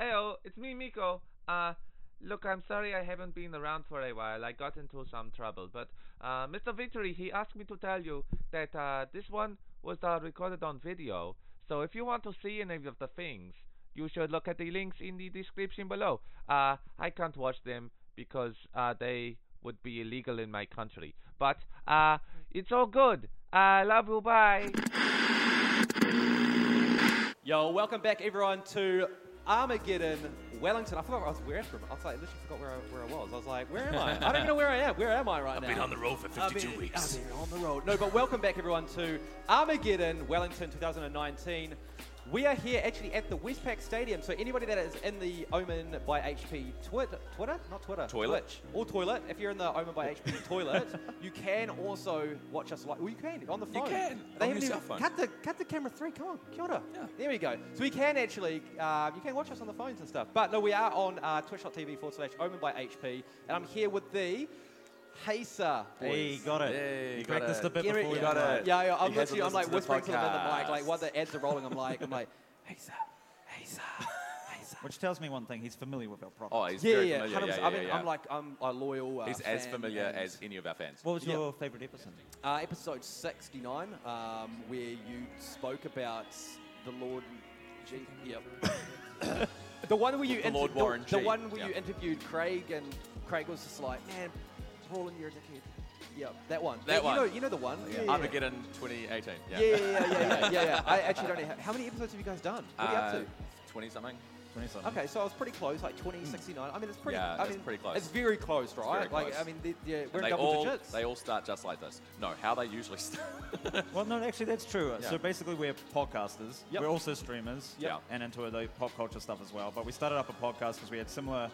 Heyo, it's me, Miko. Uh, look, I'm sorry I haven't been around for a while. I got into some trouble, but uh, Mr. Victory, he asked me to tell you that uh, this one was uh, recorded on video. So if you want to see any of the things, you should look at the links in the description below. Uh, I can't watch them because uh, they would be illegal in my country. But uh, it's all good. I love you. Bye. Yo, welcome back everyone to Armageddon, Wellington. I forgot where I was, where I was from. I was like, literally forgot where I, where I was. I was like, where am I? I don't even know where I am. Where am I right now? I've been on the road for 52 I've been- weeks. I've been on the road. No, but welcome back everyone to Armageddon, Wellington 2019. We are here actually at the Westpac Stadium. So anybody that is in the Omen by HP twit, Twitter, not Twitter, Toilet. Twitch or toilet, if you're in the Omen by HP toilet, you can also watch us live. Well, you can on the phone. can, on your haven't even- cell phone. Cut the cut the camera three. Come on, kia ora. Yeah. There we go. So we can actually, uh, you can watch us on the phones and stuff. But no, we are on uh, twitch.tv forward slash omen by HP. And I'm here with the Haser. Hey, got it. Hey, you got practiced it. a bit Get before it. you got went it. live. Yeah, yeah, I'm He hasn't literally, I'm like listened to the whispering to them in the podcast. mic, like while the ads are rolling, I'm like, I'm like, Haser, Haser, Haser. Which tells me one thing, he's familiar with our product. Oh, he's Yeah, very yeah, familiar. 100%. Yeah, yeah, I mean, yeah. I'm like, I'm a loyal. Uh, he's as fan familiar and- as any of our fans. what was yeah. your favourite episode? Uh, episode 69, um, where you spoke about the Lord. G- yep. the one where you The Lord inter- Warren the, the G, one where yeah. you interviewed Craig, and Craig was just like, "Man, Roland, you're a dickhead." Yep, that one. That you one. Know, you know the one. Yeah. yeah. Armageddon 2018. Yeah, Yeah. yeah, yeah, yeah, yeah, yeah, yeah. I actually don't know how, how many episodes have you guys done. What are you Uh, up to? 20 something. 20 something. Okay, so I was pretty close, like 20, 69. I mean, it's pretty. Yeah, I it's mean, pretty close. It's very close, right? very Like, close. I mean, the, yeah, we're in They double all, digits. they all start just like this. No, how they usually start. Well, no, actually, that's true. Yeah. So basically, we're podcasters. Yep. We're also streamers. Yep. Yeah. And into the pop culture stuff as well. But we started up a podcast because we had similar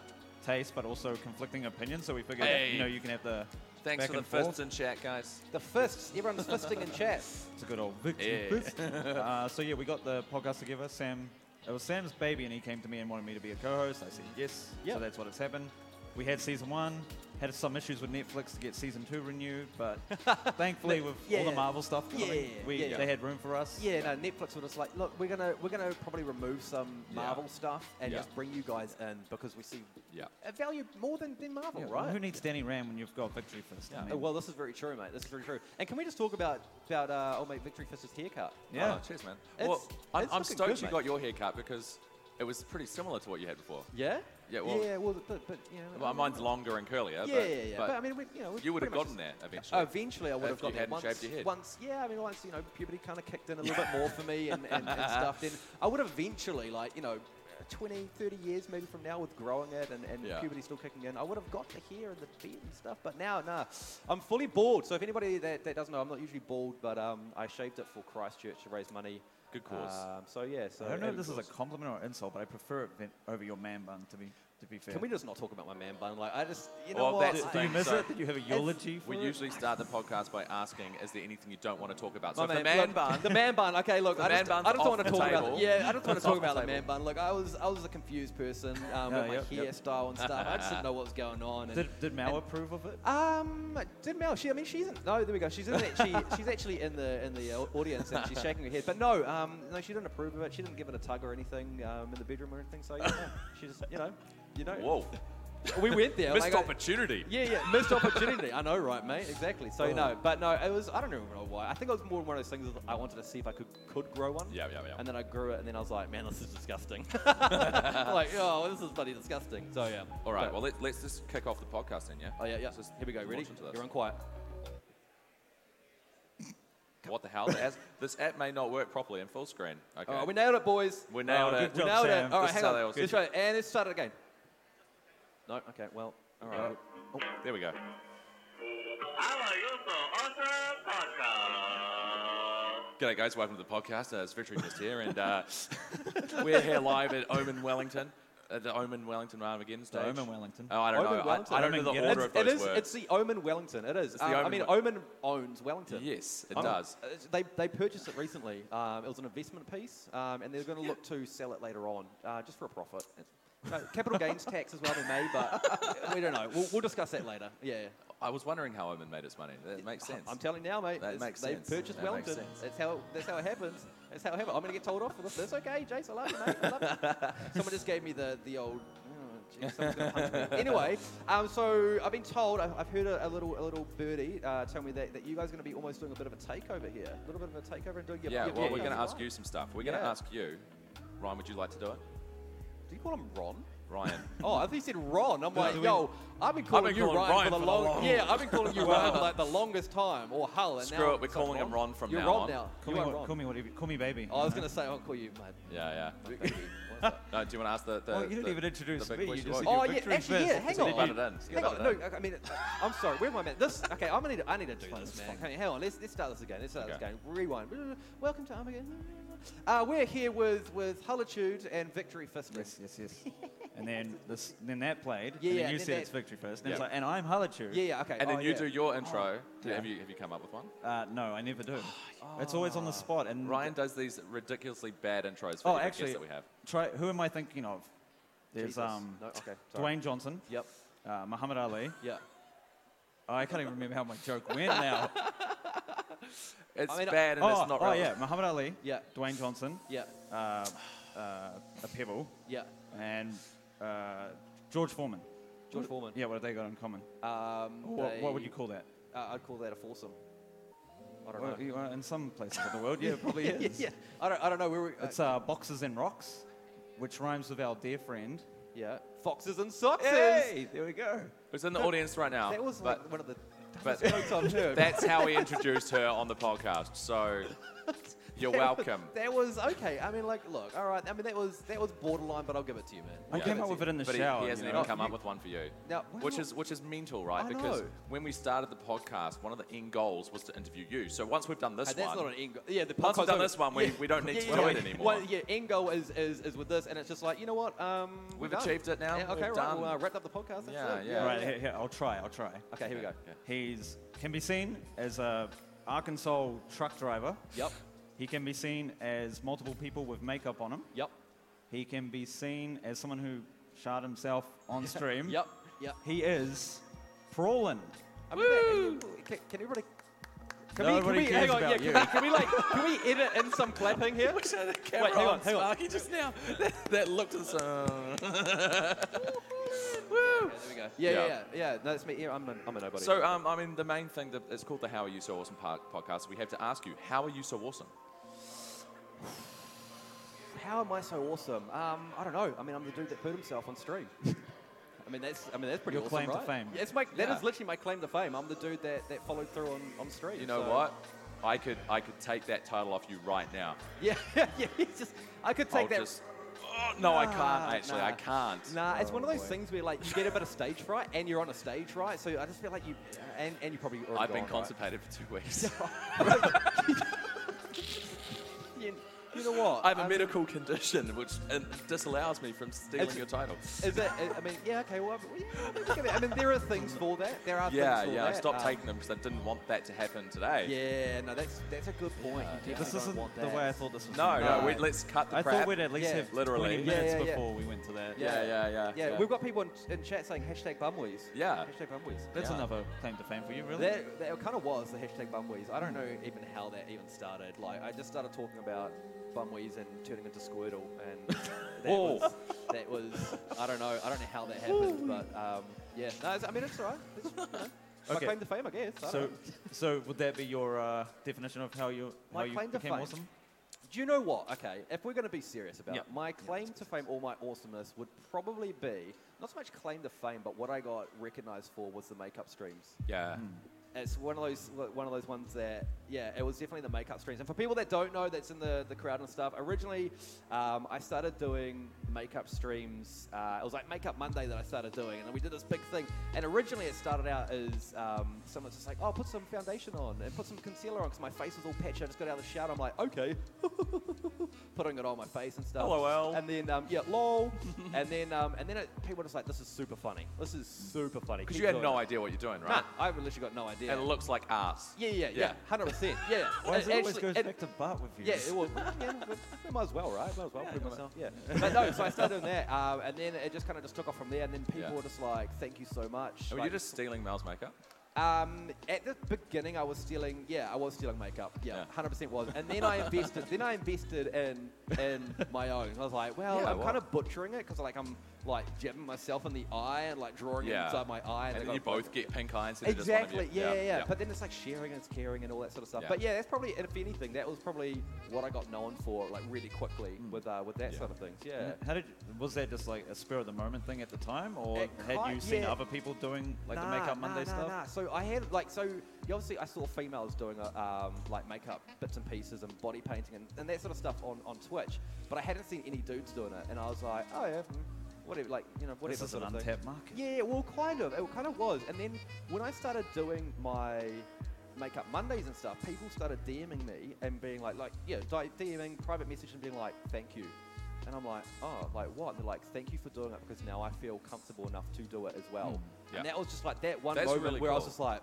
tastes, but also conflicting opinions. So we figured, Hey. you know, you can have the Thanks back for the and fists forth. in chat, guys. the fists, everyone's fisting in chat. It's a good old Vic. Yeah. Vic. uh, so yeah, we got the podcast together. Sam, it was Sam's baby, and he came to me and wanted me to be a co-host. I said yes. Yeah. So that's what has happened. We had season one. Had some issues with Netflix to get season two renewed, but thankfully with all Yeah. the Marvel stuff, I mean, Yeah, we, yeah. they had room for us. Yeah, no, Netflix were just like, look, we're gonna we're gonna probably remove some Yeah. Marvel stuff and Yeah. just bring you guys in because we see Yeah. a value more than, than Marvel, Yeah, right? Who needs Danny Rand when you've got Victory Fist? I Uh, mean, well, this is very true, mate. This is very true. And can we just talk about about uh, old mate Victory Fist's haircut? yeah. Oh, cheers, man. It's- well, I'm, it's I'm looking stoked good, you mate. got your haircut because it was pretty similar to what you had before. Yeah. Yeah, well- yeah. Well, but, but you know, Well, mine's longer and curlier. Yeah, but, yeah, yeah. But, I mean, we, you know, we you would have pretty much gotten there just- eventually. eventually, I would have If got you there. hadn't Once, shaved your head. once, yeah. I mean, once you know, puberty kind of kicked in a little bit more for me and, and, and stuff. Then I would have eventually, like you know. 20, 30 years maybe from now with growing it and, and Yeah. puberty still kicking in, I would have got the hair and the beard and stuff, but now, nah, I'm fully bald. So if anybody that, that doesn't know, I'm not usually bald, but um, I shaved it for Christchurch to raise money. Good cause. Um, so yeah, so I don't know if and- this is a compliment or insult, but I prefer it bent over your man bun. To be to be fair, Can we just not talk about my man bun? Like I just, you know Well, what? Oh, that's the I- do you thing. miss So- it? Did you have a eulogy for we it? usually start the podcast by asking, is there anything you don't want to talk about? So My if man, the man look, bun, The man bun. Okay, look, I man just, I bun's just don't want to off the talk about. table. Yeah, I just want to talk off the about the man table. bun. Look, I was I was a confused person um, Yeah, with my yep, yep. hairstyle and stuff. I just didn't know what was going on. And, Did, did Mal approve of it? um, did Mel? She, I mean, she's in, no. There we go. She's in. The, she, she's actually in the in the au- audience and she's shaking her head. But no, um, no, she didn't approve of it. She didn't give it a tug or anything um, in the bedroom or anything. So you know, she just, you know, you know. whoa, We went there. missed like, I- opportunity. yeah, yeah, missed opportunity. I know, right, mate? Exactly. So no, but no, it was. I don't even know why. I think it was more one of those things. that I wanted to see if I could could grow one. Yeah, yeah, yeah. And then I grew it, and then I was like, man, this is disgusting. I'm like, oh, this is bloody disgusting. So yeah. All right, But- well, let, let's just kick off the podcast then, yeah? Oh yeah, yeah. Let's Here we go. launch Ready? into this. You're on quiet. What the hell? The as- this app may not work properly in full screen. Okay. All right, Oh, we nailed it, boys. We nailed Oh, it. good We job, nailed Sam. it. All right, This hang is how on. they all Let's see try it. And let's start it again. No. Okay. Well. All right. Oh, There we go. G'day, guys. Welcome to the podcast. Uh, it's Victory Fist here, and uh, we're here live at Omen Wellington, at the Omen Wellington Armageddon stage. Omen Wellington. Oh, I don't Omen know. I- Wellington. I, don't know Omen the Wellington. order It's, of it those is. words. It's the Omen Wellington. It is. the Um, I Omen mean, Wel- Omen owns Wellington. yes, it Um, does. uh, They, they purchased it recently. Um, it was an investment piece, um, and they're going to look to sell it later on, uh, just for a profit. It's- no, Uh, capital gains tax as well they may, but we don't know. We'll, we'll discuss that later. Yeah. I was wondering how Omen made its money. That makes sense. I'm telling you now, mate. That it's- makes they sense. purchased That makes Wellington. sense. That's how that's how it happens. That's how I have it. I'm going to get told off for this. That's okay, Jace. I love you, mate. I love you. Someone just gave me the, the old. "Oh, geez, someone's gonna punch me." anyway, um, so I've been told, I've, I've heard a, a little a little birdie uh, tell me that, that you guys are going to be almost doing a bit of a takeover here. A little bit of a takeover and doing your Yeah, your well, we're podcast going to ask live. you some stuff. We're going to Yeah. ask you, Ryan, would you like to do it? Do you call him Ron? Ryan. Oh, I thought you said Ron. I'm like, do we- yo, I've been calling you calling Ryan, Ryan for the for the long, long- Yeah, I've been calling you Ryan for like the longest time, or Hull. And Screw now it, we're it's calling him Ron from You're now Ron on. now. you Call me, are what, Ron. call me whatever. Call me baby. Oh, I was going to say, I'll call you my yeah, my yeah. baby. What's that? No, do you want to ask the. the Well, Oh, you didn't the- even introduce the big me, you question? just said Well, Oh your yeah, victory actually, yeah. first. Hang So on. did you- Butted in. Hang You on. got No, butted I mean, I'm sorry. Where's my man? This. Okay, I'm gonna. Need to, I need to do this, man. Hang- Hang on. Let's let's start this again. Let's start this Okay. game. Rewind. Welcome to Armageddon. Uh, we're here with with Hullitude and Victory Fist. Yes, yes, yes. and then this, then that played. Yeah, and yeah, then you then said that- it's victory first. And, it's Yeah. like, and I'm Hullachu. Yeah, yeah. Okay. And then Oh, you yeah. do your intro. Do- Yeah. Have, you, have you come up with one? Uh, no, I never do. Oh. It's always on the spot. And Ryan does these ridiculously bad intros for Oh, every guest actually, that we have. try. Who am I thinking of? There's Jesus. um, No, okay. Sorry. Dwayne Johnson, Yep. uh, Muhammad Ali. Yeah. Oh, I can't even remember how my joke went now. It's mean, bad and oh, it's not oh, right. yeah, Muhammad Ali, Yeah. Dwayne Johnson, Yeah. uh, uh, a pebble, Yeah. and uh, George Foreman. George Foreman. Yeah, what have they got in common? Um, What, Uh, what would they- you call that? Uh, I'd call that a foursome. I don't Well, know. you are in some places of the world, yeah, it probably yeah, is. yeah, yeah. I don't. I don't know. Where we, uh, It's uh, boxes and rocks, which rhymes with our dear friend. yeah. Foxes and foxes. there we go. Who's in the audience right now? That was Oh, but like one of the but- dumbest jokes I've heard. that's how we introduced her on the podcast. So you're That was- welcome. That was okay. I mean, like, look, all right. I mean, that was that was borderline, but I'll give it to you, man. I Yeah. came up with it in the But he, shower. he hasn't you even know? come up You- with one for you. Now, why which not? is which is mental, right? I because know. when we started the podcast, one of the end goals was to interview you. So once we've done this Uh, that's one, not an end goal. Yeah, the Once we've podcast done over. this one, we- Yeah. we don't need Yeah, to yeah, do yeah. it anymore. Well, yeah, end goal is, is, is with this, and it's just like, you know what? Um, we're We've done. achieved it now. Yeah, okay, We're right. done. Well, uh, wrapped up the podcast. That's Yeah, it. yeah. Right, here, here, I'll try, I'll try. Okay, here we go. Yeah. He's can be seen as a Arkansas truck driver. Yep. He can be seen as multiple people with makeup on him. Yep. He can be seen as someone who shot himself on stream. Yep. Yep. He is Prawlin. I mean, that- can, can everybody? Can Nobody we, can we, cares hang on, about yeah, you. Can we, can we like? Can we edit in some clapping here? Wish I had a Wait, hang camera on, hang on. Sparky just now. That, that looked as uh, Yeah, there we go. Yeah, yeah, Yeah. yeah. yeah. No, that's me. Yeah, I'm, a, I'm a nobody. So um, I mean, the main thing that it's called the "How Are You So Awesome" part, podcast. We have to ask you, how are you so awesome? How am I so awesome? Um, I don't know. I mean, I'm the dude that put himself on stream. I mean, that's I mean that's pretty Your awesome, claim to right? fame. Yeah, it's my, that is Yeah. literally my claim to fame. I'm the dude that, that followed through on, on stream. You know so- what? I could I could take that title off you right now. Yeah, yeah. It's just I could take I'll that. just. Oh, no, I Nah, can't. Actually, I nah. can't. Nah, it's Oh, one of those boy. things where like you get a bit of stage fright and you're on a stage, right? So I just feel like you and, and you probably already I've been gone, right? constipated for two weeks. You, you know what? I have a Um, medical condition which uh, disallows me from stealing It's- your title. Is it? I mean, yeah, okay. Well, I mean, yeah, we can- I mean, there are things for that. There are Yeah, things for yeah. that. I stopped um, taking them because I didn't want that to happen today. Yeah, no, that's that's a good point. you This definitely isn't don't want the that. way I thought this was. No, gonna no. go. We, let's cut the I crap. thought we'd at least Yeah. have Literally. 20 Yeah, minutes yeah, yeah. before we went to that. yeah, yeah, yeah, yeah, we've got people in, in chat saying hashtag bumwees. Yeah. Hashtag bumwees. That's Yeah. another claim to fame for you, really. That, that kind of was the hashtag bumwees. I don't know even how that even started. Like, I just started talking about bumwees and turning into Squirtle, and that, Oh. was, that was, I don't know, I don't know how that happened, but um, yeah. No, it's, I mean, it's all right. It's, you know, My Okay. claim to fame, I guess. I don't So, know. so would that be your uh, definition of how you My how you claim to became fame. awesome? Do you know what? Okay, if we're going to be serious about Yeah. it, my claim to fame or my awesomeness would probably be not so much claim to fame, but what I got recognized for was the makeup streams. Yeah. Hmm. It's one of those one of those ones that yeah, it was definitely the makeup streams. And for people that don't know, that's in the, the crowd and stuff. Originally, um, I started doing makeup streams. Uh, it was like Makeup Monday that I started doing, and then we did this big thing. And originally, it started out as um, someone's just like, "Oh, put some foundation on and put some concealer on," because my face was all patchy. I just got out of the shower. I'm like, "Okay," putting it on my face and stuff. LOL. And then um, yeah, lol. and then um, and then it, people were just like, "This is super funny. This is super funny." Because Keep you had doing no it." idea what you're doing, Nah, right? I've literally got no idea. And it looks like ass. Yeah, yeah, Yeah. yeah, hundred percent. Yeah, yeah. Why does it always actually- goes it- back to butt with you? yeah, it will. yeah, we- we might as well, right? Might as well Yeah, prove why not? myself. Yeah. But no, so I started doing that, um, and then it just kind of just took off from there. And then people Yeah. were just like, "Thank you so much." Were like, you just stealing Mel's makeup? Um, at the beginning, I was stealing. Yeah, I was stealing makeup. Yeah, Yeah. hundred percent was. And then I invested. then I invested in in my own. I was like, well, Yeah, I'm well. kind of butchering it because like I'm like jabbing myself in the eye and like drawing it Yeah. inside my eye. And I then you got- both get pink eye instead of just one of you. Exactly. Yeah, yeah, yeah, But then it's like sharing and it's caring and all that sort of stuff. Yeah. But yeah, that's probably if anything, that was probably what I got known for, like really quickly Mm. with uh, with that Yeah. sort of things. Yeah. And How did was that just like a spur of the moment thing at the time, or It had ki- you seen yeah. other people doing like Nah, the Makeup nah, Monday nah, stuff? Nah. So I had like so you obviously I saw females doing uh, um, like makeup bits and pieces and body painting and, and that sort of stuff on, on Twitch, but I hadn't seen any dudes doing it, and I was like, oh yeah, hmm, whatever, like you know whatever This is an sort of thing. untapped market. Yeah, well, kind of. It kind of was. And then when I started doing my makeup Mondays and stuff, people started DMing me and being like, like, yeah, di- DMing, private message, and being like, thank you. And I'm like, oh, like what? And they're like, thank you for doing it because now I feel comfortable enough to do it as well. Hmm. Yeah. And that was just like that one That's moment really where I was cool. just like,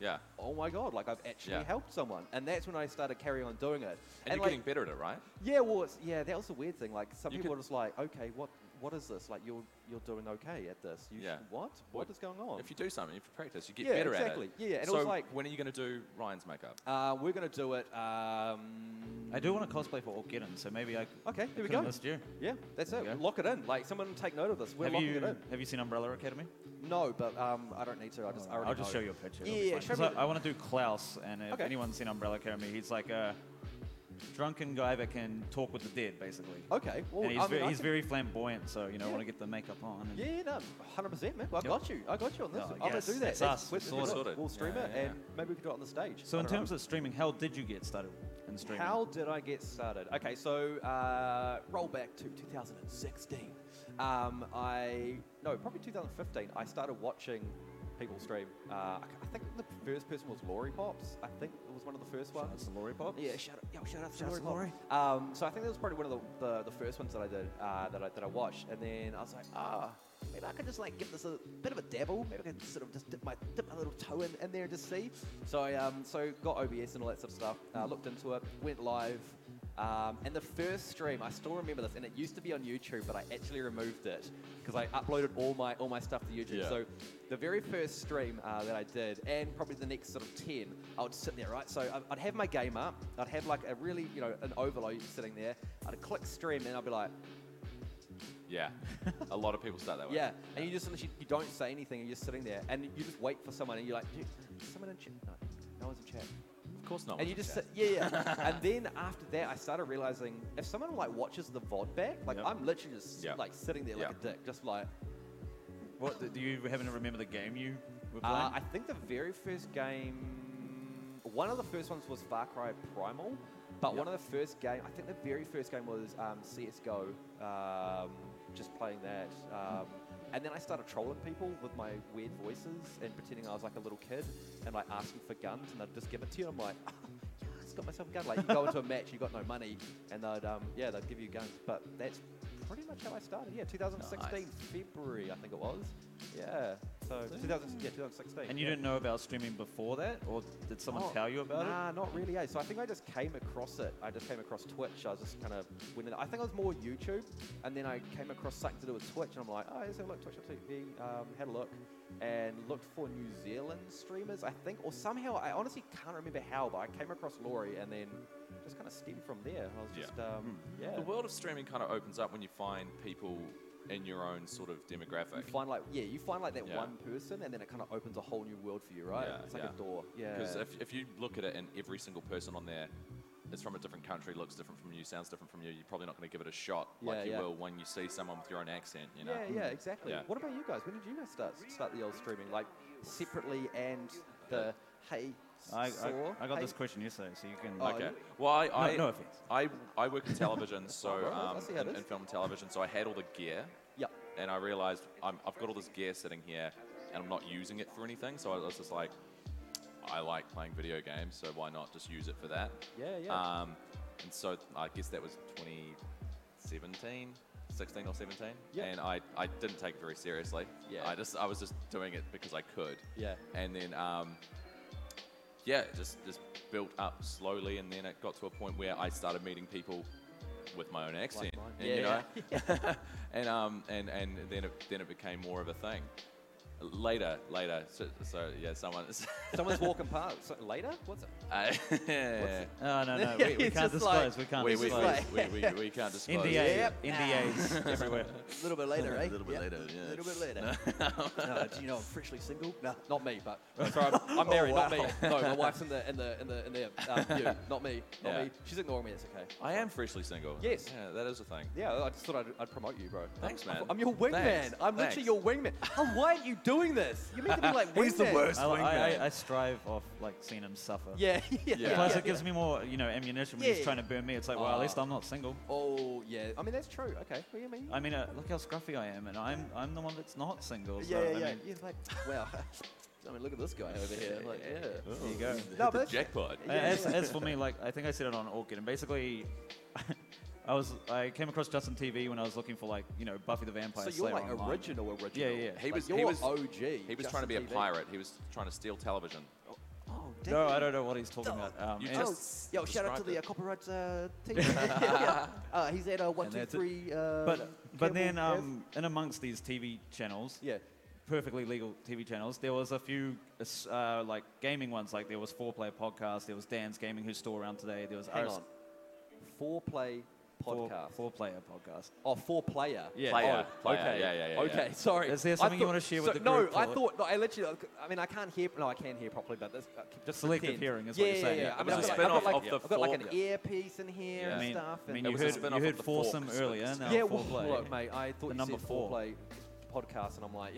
Yeah. oh my god, like I've actually Yeah. helped someone. And that's when I started carrying on doing it. And, you're like, getting better at it, right? yeah, well, it's, yeah, that was the weird thing. Like some You people could- were just like, okay, what, what is this? Like you're, you're doing okay at this. You Yeah. should, what? What Well, is going on? If you do something, if you practice, you get Yeah, better exactly. at it. Yeah, yeah, and it so was like- when are you going to do Ryan's makeup? Uh, we're gonna do it. Um, I do want to cosplay for Orgeddon, so maybe I. c- Okay, I here we could've go. missed you. yeah, that's There it. you go. Lock it in. Like someone take note of this. We're have locking you it in. have you seen Umbrella Academy? No, but um, I don't need to. I just. I already I'll just know. show you a picture. Yeah, it'll be yeah, fine. show 'Cause me I, the- want to do Klaus, and if Okay. anyone's seen Umbrella Academy, he's like a drunken guy that can talk with the dead, basically. Okay. Well, and he's, I mean, very, I he's can- very flamboyant, so you know, Yeah. want to get the makeup on. and- Yeah, yeah, no, 100 percent, man. Well, I Yep. got you. I got you on this. Oh, I'm gonna yes, do that. that's us. We'll, We'll we'll, sort do it. it. we'll stream Yeah, it, yeah, yeah. and maybe we can do it on the stage. So I in don't know. terms of streaming, how did you get started in streaming? How did I get started? Okay, so uh, roll back to 2016. Um, I no, probably 2015. I started watching people stream. Uh, I ca- I think the first person was Laurie Pops. I think it was one of the first Shout ones. out to Laurie Pop. Yeah, shout out, yo, shout out to Shout out Laurie. to Pop. Laurie. Um, so I think that was probably one of the, the, the first ones that I did uh, that I that I watched, and then I was like, ah, maybe I could just like give this a bit of a dabble. Maybe I could sort of just dip my dip my little toe in, in there and just see. So I um, so got OBS and all that sort of stuff. Uh, looked into it, went live. Um, and the first stream, I still remember this, and it used to be on YouTube, but I actually removed it because I uploaded all my all my stuff to YouTube. Yeah. So the very first stream uh, that I did, and probably the next sort of 10, I would sit there, right? So I- I'd have my game up, I'd have like a really, you know, an overload sitting there, I'd click stream, and I'd be like, Yeah. a lot of people start that way. yeah. And you just, literally- you don't say anything, you're just sitting there, and you just wait for someone, and you're like, "Dude, is someone in chat? No, no one's in chat. Of course not. And you just sit, yeah, yeah. and then after that, I started realizing if someone like watches the VOD back, like Yep. I'm literally just Yep. like sitting there like Yep. a dick, just like, What do- do you happen to remember the game you were playing? Uh, I think the very first game, one of the first ones was Far Cry Primal, but one of the first game, I think the very first game was um, CS:GO. Um, just playing that, um, and then I started trolling people with my weird voices and pretending I was like a little kid and like asking for guns, and they'd just give it to you. And I'm like. "Ah, "Yeah, I just Got myself a gun. Like you go into a match, you got no money, and they'd um, yeah, they'd give you guns. But that's pretty much how I started. Yeah, 2016 February, I think it was. Yeah, so 2000, yeah, 2016. and you yeah. didn't know about streaming before that, or did someone Oh, tell you about nah, not really. Yeah. So I think I just came across it. I just came across Twitch. I was just kind of winning. I think I was more YouTube, and then I came across something to do with Twitch, and I'm like, oh, let's have a look Twitch TV. Um, had a look, and looked for New Zealand streamers, I think, or somehow I honestly can't remember how, but I came across Laurie, and then just kind of stemmed from there. I was Yeah. just um, Hmm. yeah. The world of streaming kind of opens up when you find people in your own sort of You demographic. find like yeah, you find like that Yeah. one person, and then it kind of opens a whole new world for you, right? Yeah, it's like yeah. a door. Yeah. Because if, if you look at it and every single person on there is from a different country, looks different from you, sounds different from you, you're probably not going to give it a shot Yeah, like you yeah. will when you see someone with your own accent, you know? mm, Yeah, yeah, exactly. Yeah. What about you guys? When did you guys start start the old streaming, like separately and the hey it? I, saw? I, I got hey- this question yesterday, so you can. Oh, Okay. you- Well, I I, no offense. I I work in television, so alright, um, I see how it in, in is. film and television, so I had all the gear, Yep. and I realized I'm, I've got all this gear sitting here, and I'm not using it for anything. So I was just like, I like playing video games, so why not just use it for that? Yeah, yeah. Um, and so I guess that was 2017, 16 or 17. Yeah. And I, I didn't take it very seriously. Yeah. I just I was just doing it because I could. Yeah. And then um, yeah, it just just built up slowly, and then it got to a point where I started meeting people with my own accent. mine. and, Yeah, You know, and um and and then it then it became more of a thing. Later, later. So, so yeah, someone. Someone's walking past. So, later? What's it? Uh, Oh, no, no. Yeah, We, we it's can't just like- disclose. We can't we, we, we, disclose. like- we, we, we can't disclose. NDA, Yep. NDAs everywhere. A little bit later, A eh? little bit Yeah. later, yeah. A little bit later. no, do you know I'm freshly single? No, not me, but sorry, I'm, I'm Oh, married, not me. wow. No, my wife's in the in the in the in the um, you, not me, not Yeah. me. She's ignoring me. That's okay. I am freshly single. Yes. Yeah, that is a thing. Yeah, I just thought I'd, I'd promote you, bro. Thanks, man. I'm your wingman. Thanks. I'm Thanks. literally your wingman. Oh, why aren't you doing this? You meant to be like wingman. He's the worst. I, I, Swingman. I, I strive off like seeing him suffer. Yeah, yeah. Yeah. Plus, yeah, it gives yeah. me more, you know, ammunition when Yeah. he's trying to burn me. It's like, well, Oh. at least I'm not single. Oh, yeah. I mean, that's true. Okay. What do you mean? I mean, uh, look how scruffy I am, and I'm I'm the one that's not single. So, yeah, yeah, I yeah. mean, You're like, wow. I mean, look at this guy over here. Like, yeah. There you go. Uh, No, but the that's- jackpot. Yeah, as, yeah. as for me, like I think I said it on Orchid, and basically, I was I came across Justin TV when I was looking for like you know Buffy the Vampire So you're Slayer like online. original, original. Yeah, yeah. He Like, was- he you're was- OG. He was trying to be a pirate. He was trying to steal television. Oh, No, I don't know what he's talking Oh, about. Um, you and- Oh, Just yo, shout out to described the it. uh, copyright uh, team. yeah, yeah. Uh, he's at uh, one, And two, that's it. three. Uh, but Campbell but then Ave. um, in amongst these TV channels, yeah, perfectly legal TV channels, there was a few uh, like gaming ones. Like there was Four Player Podcast, there was Dan's Gaming, who's still around today. There was hang RS on. Four play Four- podcast. Four Player Podcast. Oh, four player. Yeah. Player, Oh, player, Okay. yeah, yeah, yeah, Okay. yeah. Sorry. Is there I something you thought- wanna share so, with the no, group, I Philip? thought. No, I literally. I mean, I can't hear. No, I can hear properly, but that's, uh, just Selective pretend. hearing is yeah, what you're saying. Yeah, yeah. It I was mean, a I've got, spin-off like, of the I've got like an fork. earpiece in here Yeah. I and mean, stuff. I mean, and you was a heard, spin-off you of heard the foursome Forks, earlier. but- Now yeah, four well, play. look, mate, I thought you number said four four. play podcast, and I'm like,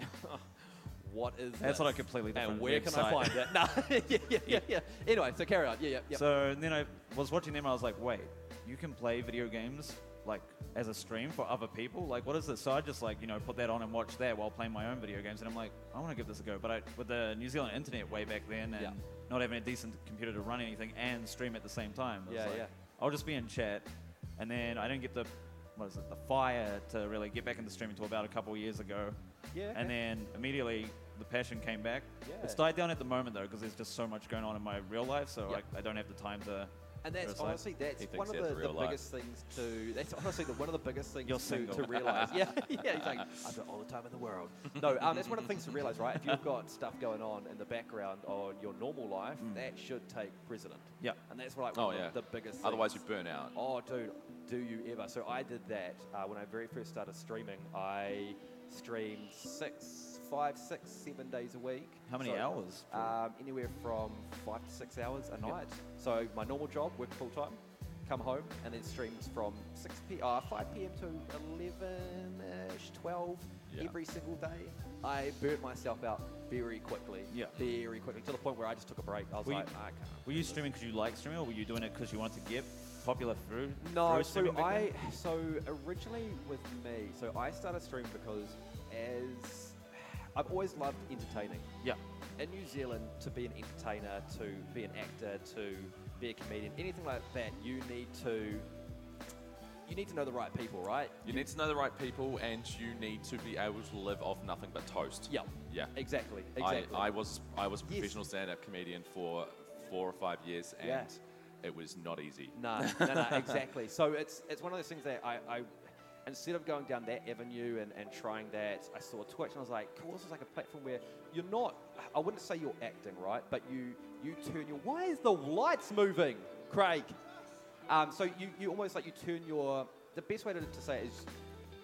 what is this? That's on a completely different And where can I website. find that? no, yeah, yeah, yeah, yeah. Anyway, so carry on. Yeah, yeah, yeah. So and then I was watching them. I was like, wait, you can play video games like as a stream for other people. Like, what is this? So I just like you know put that on and watch that while playing my own video games. And I'm like, I want to give this a go. But I, with the New Zealand internet way back then and Yeah. not having a decent computer to run anything and stream at the same time, I was Yeah, like, yeah. I'll just be in chat, and then I didn't get the what is it the fire to really get back into streaming until about a couple of years ago. Yeah, okay. And then immediately the passion came back. It's Yeah. died down at the moment though because there's just so much going on in my real life. So Yeah. I, I don't have the time to. and that's It's like- honestly that's He thinks one of he has the, the real life. biggest things to. That's honestly the, one of the biggest things You're to, single. to realize. yeah, yeah. He's like, I've got all the time in the world. No, um, that's one of the things to realize, right? If you've got stuff going on in the background on your normal life, that should take precedent. Yeah. And that's what I. Mm. Oh one of yeah. The biggest. Otherwise, things. you burn out. Oh, dude, do you ever? So I did that uh, when I very first started streaming. I streamed six, five, six, seven days a week. How many So, hours? Um, anywhere from five to six hours a night. So my normal job, work full time, come home, and then streams from six p. Uh, five p.m. to eleven ish, twelve Yeah. every single day. I burnt myself out very quickly. Yeah. Very quickly to the point where I just took a break. I was Were you- like, I can't. Were you streaming because you like streaming, or were you doing it because you wanted to get popular through? No, through so streaming back I then? so originally with me, so I started streaming because as I've always loved entertaining. Yeah. In New Zealand, to be an entertainer, to be an actor, to be a comedian, anything like that, you need to you need to know the right people, right? You need to know the right people, and you need to be able to live off nothing but toast. Yeah. Yeah. Exactly. I, Exactly. I was I was a Yes. professional stand-up comedian for four or five years, and Yeah. it was not easy. No, no, no, exactly. So it's it's one of those things that I, I instead of going down that avenue and, and trying that, I saw Twitch and I was like, cool, this is like a platform where you're not I wouldn't say you're acting, right? But you you turn your why is the lights moving, Craig? Um, so you, you almost like you turn your the best way to, to say it is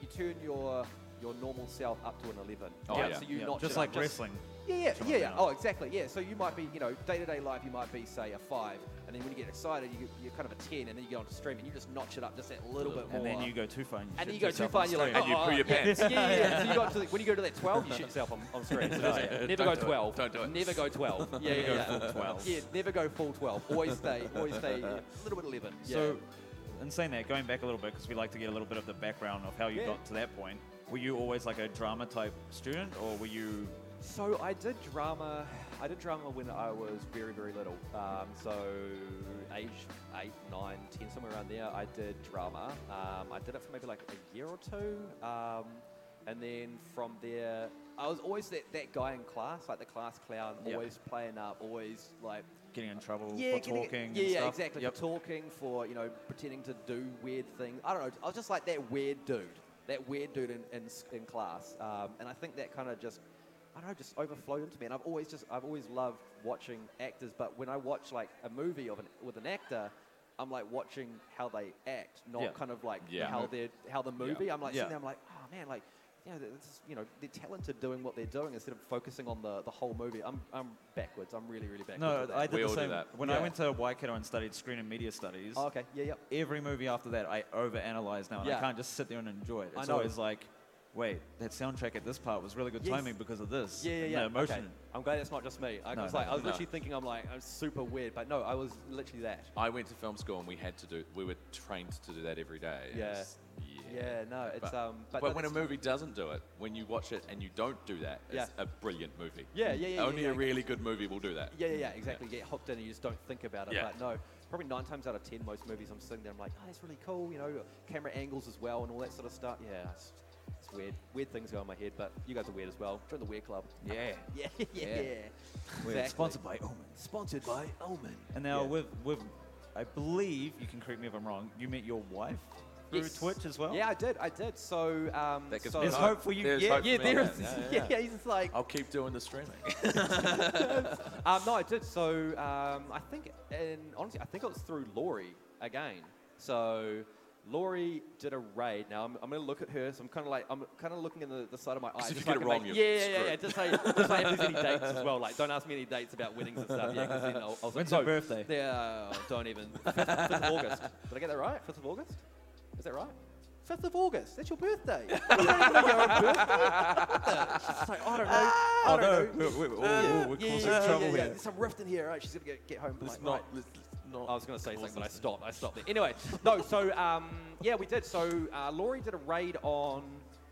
you turn your your normal self up to an eleven. Oh, right? yeah. So you Yeah, not just like wrestling. yeah, yeah, Something yeah, yeah. like that. Oh, exactly. Yeah. So you might be, you know, day to day life, you might be, say, a five, and then when you get excited, you, you're kind of a ten, and then you go onto stream and you just notch it up just that little bit more. and then you go too far. And you, And then you shit go too yourself far, on and you're like, stream. And you oh, pull your yeah, pants. Yeah, yeah. yeah. so you got to the, when you go to that twelve, you shoot yourself on, on screen. So that's it. Never Don't go do it. twelve. Don't do it. Never go twelve. Yeah, yeah, go yeah. full 12. Yeah, never go full twelve. Always stay, always stay a little bit eleven. "Oh, Yeah. So, in saying that, going back a little bit, because we like to get a little bit of the background of how you Yeah. got to that point. Were you always like a drama type student, or were you? So I did drama. I did drama when I was very, very little. Um, so age eight, nine, ten, somewhere around there. I did drama. Um, I did it for maybe like a year or two, um, and then from there, I was always that, that guy in class, like the class clown, Yeah. always playing up, always like Getting in trouble yeah, for getting- talking. and yeah, yeah, stuff? exactly. Yep. For talking, for you know, pretending to do weird things. I don't know. I was just like that weird dude, that weird dude in in, s- in class, um, and I think that kind of just I don't know, just overflowed into me. And I've always just, I've always loved watching actors, but when I watch like a movie of an, with an actor, I'm like watching how they act, not Yeah. kind of like Yeah. how they how the movie. I'm like Yeah. sitting there, I'm like, oh man, like. Yeah, this is, you know they're talented doing what they're doing instead of focusing on the, the whole movie. I'm, I'm backwards. I'm really really backwards. No, with that. I did We the all do same. that. When Yeah. I went to Waikato and studied screen and media studies, Oh, okay, yeah, yeah. every movie after that I overanalyze now, and Yeah. I can't just sit there and enjoy it. I It's know. always like, wait, that soundtrack at this part was really good Yes. timing because of this. Yeah, yeah, and yeah. The emotion. Okay. I'm glad it's not just me. I No, was no, like, I was no. literally thinking, I'm like, I'm super weird, but no, I was literally that. I went to film school and we had to do. We were trained to do that every day. Yeah. It's- Yeah, no, it's But- um. But, But, no, when a it's- movie doesn't do it, when you watch it and you don't do that, it's Yeah. a brilliant movie. Yeah, yeah, yeah, yeah, Only yeah. a really good movie will do that. Yeah, yeah, yeah, exactly. You Get hooked in and you just don't think about it. Yeah. But no, probably nine times out of ten, most movies I'm sitting there, I'm like, oh, that's really cool. You know, camera angles as well and all that sort of stuff. Yeah, it's, it's weird. Weird things go in my head, but you guys are weird as well. Join the weird club. Yeah. Yeah, yeah, yeah. We're Exactly. sponsored by Omen. Sponsored by Omen. And now Yeah. with with, I believe you can correct me if I'm wrong. You met your wife through Yes. Twitch as well. Yeah, I did. I did. So, um, That gives so me There's hope for you. There's Yeah, hope for Yeah, me there on is. that. Yeah, Yeah, yeah. he's just like. I'll keep doing the streaming. Um, no, I did. So um, I think, and honestly, I think it was through Laurie again. So Laurie did a raid. Now I'm, I'm going to look at her. So I'm kind of like, I'm kind of looking in the, the side of my eyes. if just you so I get can it wrong, make- you're yeah, yeah, yeah, yeah. screwed. Just say, just say if there's any dates as well. Like, don't ask me any dates about weddings and stuff. Yeah, 'cause then I'll, I'll When's so, her birthday? Yeah, oh, don't even. Fifth of August. Did I get that right? Fifth of August. Is that right? Fifth of August. That's your birthday. You don't even know your own birthday. What the- She's just like, "Oh, I don't know. I Oh don't no. know." We're, we're, Uh, we're- Yeah, ooh, oh, we're yeah, causing yeah, trouble yeah, yeah. here. There's some rift in here. Right, she's gonna get, get home. Let's like, not. right. Let's not. I was gonna say cause something, but I this- stopped. I stopped there. Anyway, no. So um, yeah, we did. So uh, Laurie did a raid on.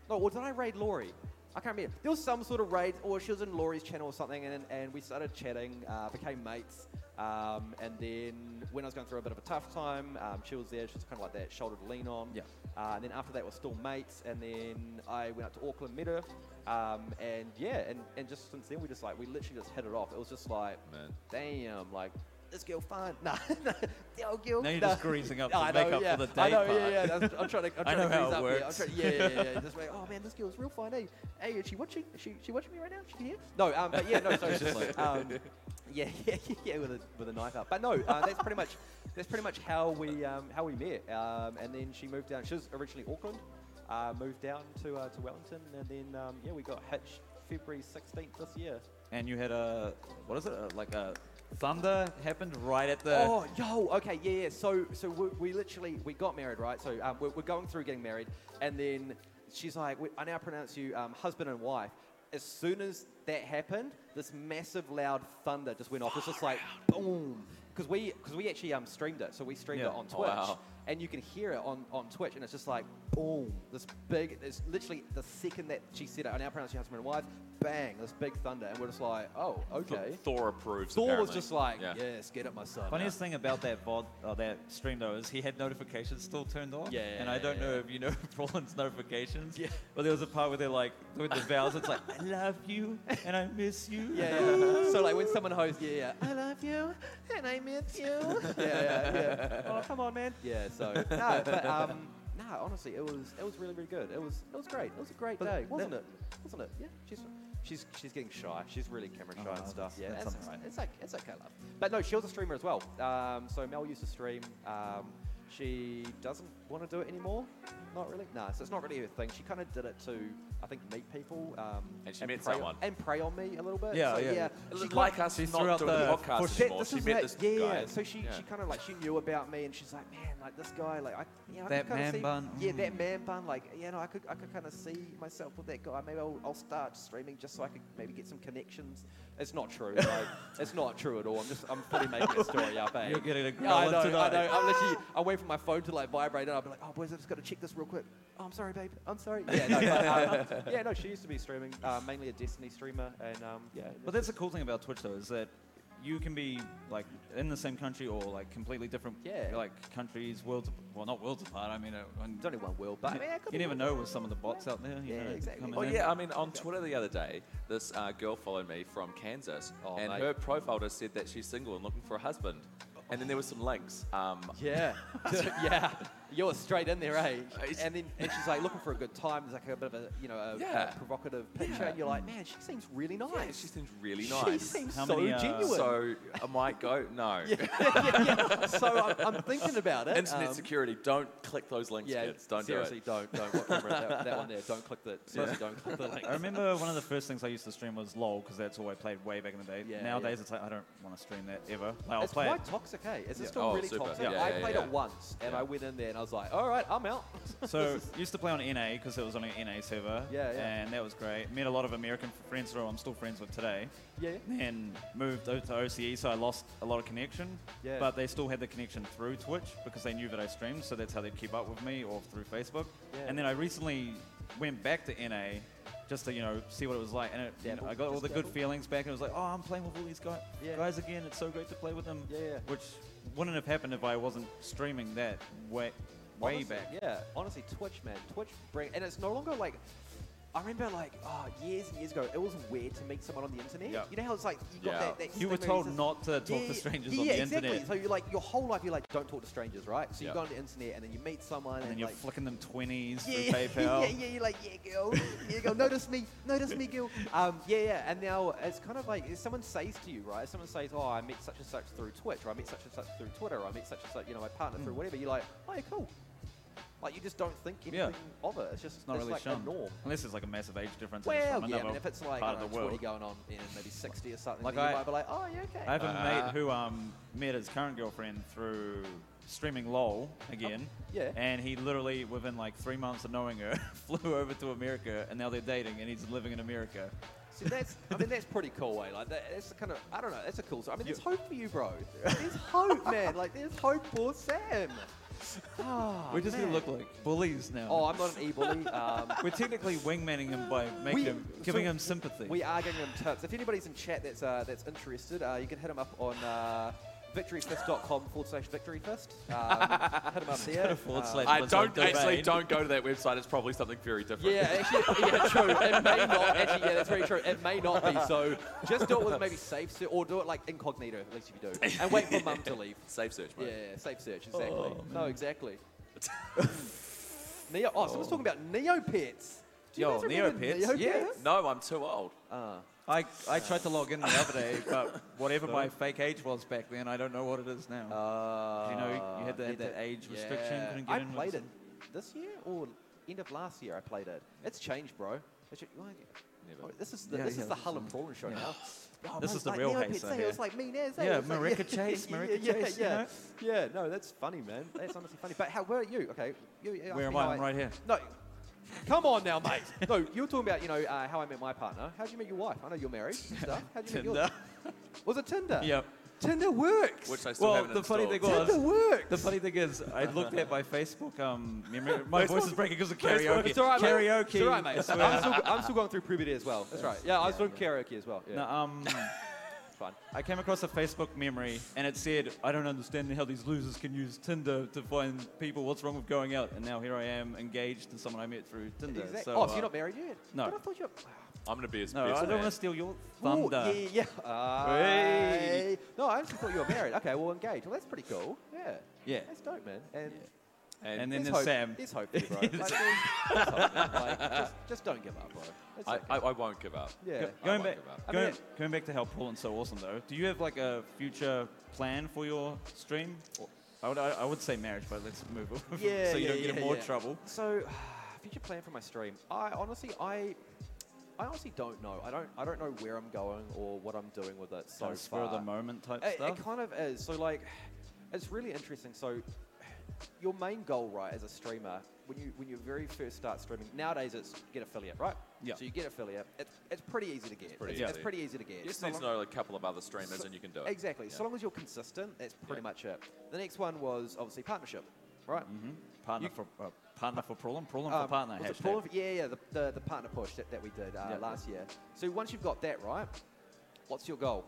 No, or did I raid Laurie? I can't remember. There was some sort of raid, or she was in Laurie's channel or something, and and we started chatting, uh, became mates. Um, and then when I was going through a bit of a tough time, um, she was there. She was kind of like that shoulder to lean on. Yeah. Uh, and then after that, we're still mates. And then I went up to Auckland, met her, um, and yeah, and, and just since then we just like we literally just hit it off. It was just like, Man. damn, like this girl fine. Nah, nah, the old girl. Now you're nah. just greasing up Nah, to I make know, up yeah. for the I date know, part. yeah, yeah. That's- I'm trying to, I'm I trying know to how grease it up, works. Yeah, I'm trying, yeah, yeah, yeah. yeah. just like, oh man, this girl's real fine. Hey, hey, is she watching? Is she, is she watching me right now? Is she here? No, um, but yeah, no. So it's just like, um, yeah, yeah, yeah, yeah, with a with a knife up. But no, uh, that's pretty much that's pretty much how we um, how we met. Um, and then she moved down. She was originally Auckland, uh, moved down to uh, to Wellington, and then um, yeah, we got hitched February 16th this year. And you had a what is it? A, like a thunder happened right at the. oh, yo, okay, yeah, yeah. So, so we, we literally we got married, right? So um, we're, we're going through getting married, and then she's like, we, "I now pronounce you um, husband and wife." As soon as that happened, this massive loud thunder just went off. It's just like boom, because we because we actually um, streamed it, so we streamed Yeah. it on Twitch, Oh, Wow. and you can hear it on, on Twitch, and it's just like boom, this big. It's literally the second that she said it. I now pronounce you husband and wife. Bang, this big thunder, and we're just like, oh, Th- okay. Thor approves. Thor was apparently. just like, Yeah. yes, get it, my son. Funniest thing about that VOD, uh, that stream though, is he had notifications still turned on. Yeah, And I don't know yeah. if you know Braun's notifications. Yeah. But there was a part where they're like, with the vows, it's like, I love you and I miss you. Yeah, yeah. so like when someone hosts, yeah, yeah, I love you and I miss you. yeah, yeah, yeah. Oh, come on, man. Yeah, so no, but um, no, honestly, it was it was really really good. It was it was great. It was a great But day, that- wasn't it? Wasn't it? Yeah, she's she's she's getting shy. She's really camera shy Oh, and stuff. that's- Yeah, that's it's, alright. it's like it's okay, love. But no, she was a streamer as well. Um, so Mel used to stream. Um, she doesn't want to do it anymore. Not really. No, so it's not really her thing. She kind of did it to, I think, meet people. Um, And she met prey on- someone. and prey on me a little bit. Yeah, so, yeah. yeah. She kinda- like us, she she's threw not out doing the, the- podcast for that- anymore. this She is met it, this yeah, guy. So she, Yeah. she kind of like she knew about me, and she's like, man, like this guy, like I, you know, I That could kinda man see, bun, yeah, mm. that man bun, like you know, I could I could kind of see myself with that guy. Maybe I'll, I'll start streaming just so I could maybe get some connections. It's not true. Like, it's not true at all. I'm just I'm fully making a story up. Eh? You're getting a yeah, I growler know, I tonight. know. I'm literally I'm waiting for my phone to like vibrate, and I'll be like, oh boys, I just got to check this real quick. Oh, I'm sorry, babe. I'm sorry. Yeah, no, but, um, yeah, no. She used to be streaming, uh, mainly a Destiny streamer, and um, yeah. But that's the cool thing about Twitch though, is that you can be like in the same country or like completely different, Yeah. like countries, worlds, well not worlds apart. I mean, uh, when- It's only one will, but I mean, it could be you never one know will. with some of the bots out there. You Yeah, know, that exactly. come Oh in. yeah, I mean on Twitter the other day, this uh, girl followed me from Kansas, Oh, and mate. her profile just said that she's single and looking for a husband. And then there were some links. Um, Yeah, yeah, You're straight in there, eh? Uh, it's- And then and she's like looking for a good time. There's like a bit of a you know a, a Yeah. provocative picture, and you're like, man, she seems really nice. Yeah, she seems really She nice. seems How so many, uh, genuine. so I might go. No. yeah, yeah, yeah. So I'm, I'm thinking about it. Internet um, security. Don't click those links, Yeah, kids. Don't seriously, do not don't don't remember that, that one there. Don't click the seriously, don't click the link. I remember one of the first things I used to stream was LOL because that's all I played way back in the day. Yeah, Nowadays, yeah. it's like I don't want to stream that ever. Like, I'll it's play quite it. toxic, hey? Is it Yeah. still Oh, really super. toxic? Yeah, I yeah, played yeah. it once, and Yeah. I went in there and I was like, all right, I'm out. So used to play on NA because it was on an NA server. Yeah, yeah. And that was great. Met a lot of American f- friends who I'm still friends with today. Yeah, yeah. Then moved o- to OCE, so I lost a lot of connection. Yeah. But they still had the connection through Twitch because they knew that I streamed, so that's how they keep up with me, or through Facebook. Yeah. And then I recently went back to NA just to you know see what it was like, and it, Dabble, I got all just the good dabble. feelings back, and it was like, oh, I'm playing with all these guys, Yeah. guys again. It's so great to play with them. Yeah, yeah. Which wouldn't have happened if I wasn't streaming that way way Honestly, back. Yeah, honestly, Twitch, man, Twitch bring, and it's no longer like. I remember, like, oh, years and years ago, it was weird to meet someone on the internet. Yeah. You know how it's like you got Yeah. that. that You were stigma, told it's just- not to talk Yeah, to strangers yeah, on the exactly. internet. So you're like, your whole life, you're like, don't talk to strangers, right? So Yeah. you go on the internet and then you meet someone, and and, then you're like, flicking them 20s yeah, through PayPal. Yeah, yeah, you're like, yeah, girl, yeah, girl, notice me, notice me, girl. Um, yeah, yeah, and now it's kind of like if someone says to you, right? If someone says, oh, I met such and such through Twitch, or I met such and such through Twitter, or I met such and such, you know, my partner through whatever. You're like, oh, yeah, cool. Like you just don't think anything Yeah. of it. It's just It's not really like shunned. a norm. Unless it's like a massive age difference. and it's Well, from yeah, I another mean, if it's like I part don't of the know, 20 world. going on and maybe 60 or something, Like then I- you might be like, oh, yeah, okay. I have a Uh, mate who um, met his current girlfriend through streaming LOL again. Oh, yeah. And he literally, within like three months of knowing her, flew over to America and now they're dating and he's living in America. See, that's I mean that's pretty cool, eh? Like that, that's the kind of I don't know, that's a cool story. I mean, there's hope for you, bro. There's hope, man. Like there's hope for Sam. Ah, We're just going man. to look like bullies now. Oh, I'm not an e-bully. Um, We're technically wingmanning him by making We- him, giving so him sympathy. we are giving them tips. If anybody's in chat that's uh, that's interested, uh, you can hit them up on. Uh, victoryfist.com forward slash victoryfist. Um, hit them up there. Forward Um, slash I What's don't up, Dave? actually don't go to that website. It's probably something very different. Yeah, actually, yeah, true. It may not. Actually, yeah, that's very true. It may not be. So just do it with maybe safe, se- or do it like incognito, at least if you do, and wait for mum to leave. Safe search, Yeah, mate. safe search, exactly. Oh, no, exactly. Neo. Oh, someone's talking about Neopets. Do you Yo, guys remember Neopets? Neopets? Yeah. No, I'm too old. Ah. I, I tried to log in the other day, but whatever my fake age was back then, I don't know what it is now. Uh, you know, you had that- that age restriction, couldn't get I in with played it some- this year or end of last year. I played it. It's changed, bro. It's ju- like- Never. oh, this is the, Yeah, this yeah, is the this Hull and Prawlin show now. Oh, This mate, is the like real Neopets, Haze, eh? yeah. It was like me, Nez, eh? Yeah, It was like- Marika Chase, Marika yeah, Chase, you Yeah, know? yeah, no, that's funny, man. That's honestly funny. But how? Where are you? Okay, you, you asked Where am me I? how I'm right here. No, come on now, mate. no, you were talking about you know uh, how I met my partner. How'd you meet your wife? I know you're married. and Stuff. How'd you meet yours? Tinder. Was it Tinder? Yep. Tinder works. Which I still Well, haven't the funny installed. thing was, Tinder works. the funny thing is, I looked at my Facebook. Um, memory- my voice is breaking because of karaoke. It's all right, karaoke. Mate. It's all right, mate. I I'm swear. still, I'm still going through puberty as well. That's right. Yeah, I was doing karaoke as well. Yeah, No, um, it's fine. I came across a Facebook memory, and it said, "I don't understand how these losers can use Tinder to find people. What's wrong with going out?" And now here I am, engaged to someone I met through Tinder. Exactly. So, oh, so uh, you're not married yet? no. But I thought you were. I'm gonna be his No, I best don't man. want to steal your Ooh, thunder. Oh, yeah, yeah. Hey. I- No, I actually thought you were married. Okay, well, engaged. Well, that's pretty cool. Yeah. Yeah. That's dope, man. And And, And there's then there's hope. Sam. There's hope for you, bro. Like, there's- there's hope, man. Like, just, just don't give up, bro. It's I, okay. I, I won't give up. yeah. Go- I won't going back, give up. I going, mean- going back to how Portland's so awesome though. Do you have like a future plan for your stream? Or- I would, I, I would say marriage, but let's move on. Yeah, so you yeah, don't get in yeah, more yeah. trouble. So, future plan for my stream. I honestly, I, I honestly don't know. I don't, I don't know where I'm going or what I'm doing with it so So spur far. of the moment type It, stuff. it kind of is. So like, it's really interesting. So, your main goal, right, as a streamer, when you when you very first start streaming, nowadays it's get affiliate, right? Yeah. So you get affiliate. It's it's pretty easy to get. pretty it's, easy. it's pretty easy to get. You just So need to long- know a couple of other streamers so- and you can do it. Exactly. Yeah. So long as you're consistent, that's pretty Yeah. much it. The next one was obviously partnership, right? Mm-hmm. partner you- for uh, partner for problem, problem Um, for partner. was it hashtag. Portland- yeah, yeah, the, the, the partner push that, that we did uh, Yeah. last year. So once you've got that right, what's your goal?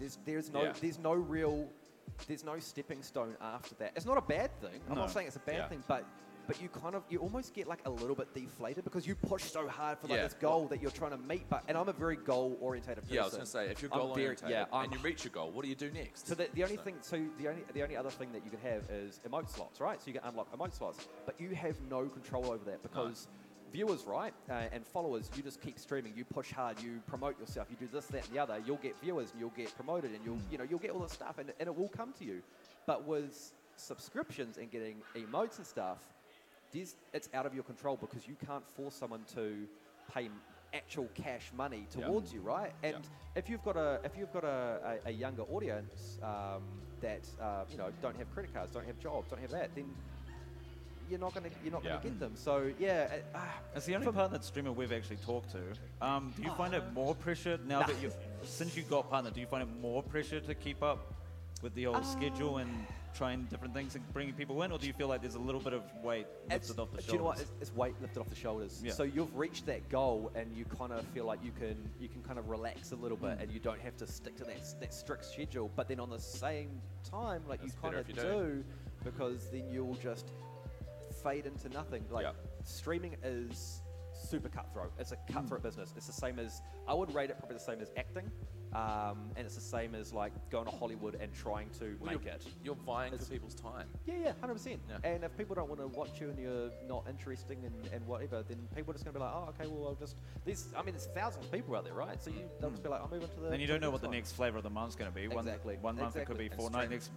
There's there's no Yeah. there's no real there's no stepping stone after that. It's not a bad thing. I'm No. not saying it's a bad Yeah. thing, but but you kind of you almost get like a little bit deflated because you push so hard for like Yeah. this goal that you're trying to meet. But and I'm a very goal orientated person. Yeah, I was going to say, if you're goal I'm very- oriented yeah, I'm and you reach your goal, what do you do next? so the, the only thing, so the only the only other thing that you can have is emote slots, right? So you can unlock emote slots, but you have no control over that because viewers, right, uh, and followers, you just keep streaming, you push hard, you promote yourself, you do this, that, and the other. You'll get viewers, and you'll get promoted, and you'll you know you'll get all this stuff, and, and it will come to you. But with subscriptions and getting emotes and stuff, there's, it's out of your control because you can't force someone to pay m- actual cash money towards you, right? And if you've got a if you've got a, a, a younger audience um, that uh, you know don't have credit cards, don't have jobs, don't have that, then you're not gonna you're not Yeah. gonna get them. So yeah, uh, ah, It's the only partnered streamer we've actually talked to. Um, do you find it more pressure now Ah. Nah. that you've since you got partnered? Do you find it more pressure to keep up with the old schedule Ah. and trying different things and bringing people in, or do you feel like there's a little bit of weight lifted off the shoulders? Do you know what? It's, it's weight lifted off the shoulders. Yeah. So you've reached that goal, and you kind of feel like you can you can kind of relax a little bit, Hmm. and you don't have to stick to that s- that strict schedule. But then on the same time, like That's you kind better of if do, you do. because then you'll just fade into nothing. Like Yeah. Hmm. streaming is super cutthroat. It's a cutthroat business. It's the same as I would rate it probably the same as acting. Um, and it's the same as like going to Hollywood and trying to Well, make you're, it. You're vying for It's- people's time. Yeah, yeah, hundred percent. Yeah. And if people don't want to watch you and you're not interesting and, and whatever, then people are just gonna be like, oh, okay, well, I'll just. There's, I mean, there's thousands of people out there, right? So you, they'll just be like, I'll move into the. And Hmm. you to don't know what the one. next flavor of the month's going to be. One, Exactly. one month Exactly. And it could be Fortnite. streaming. Next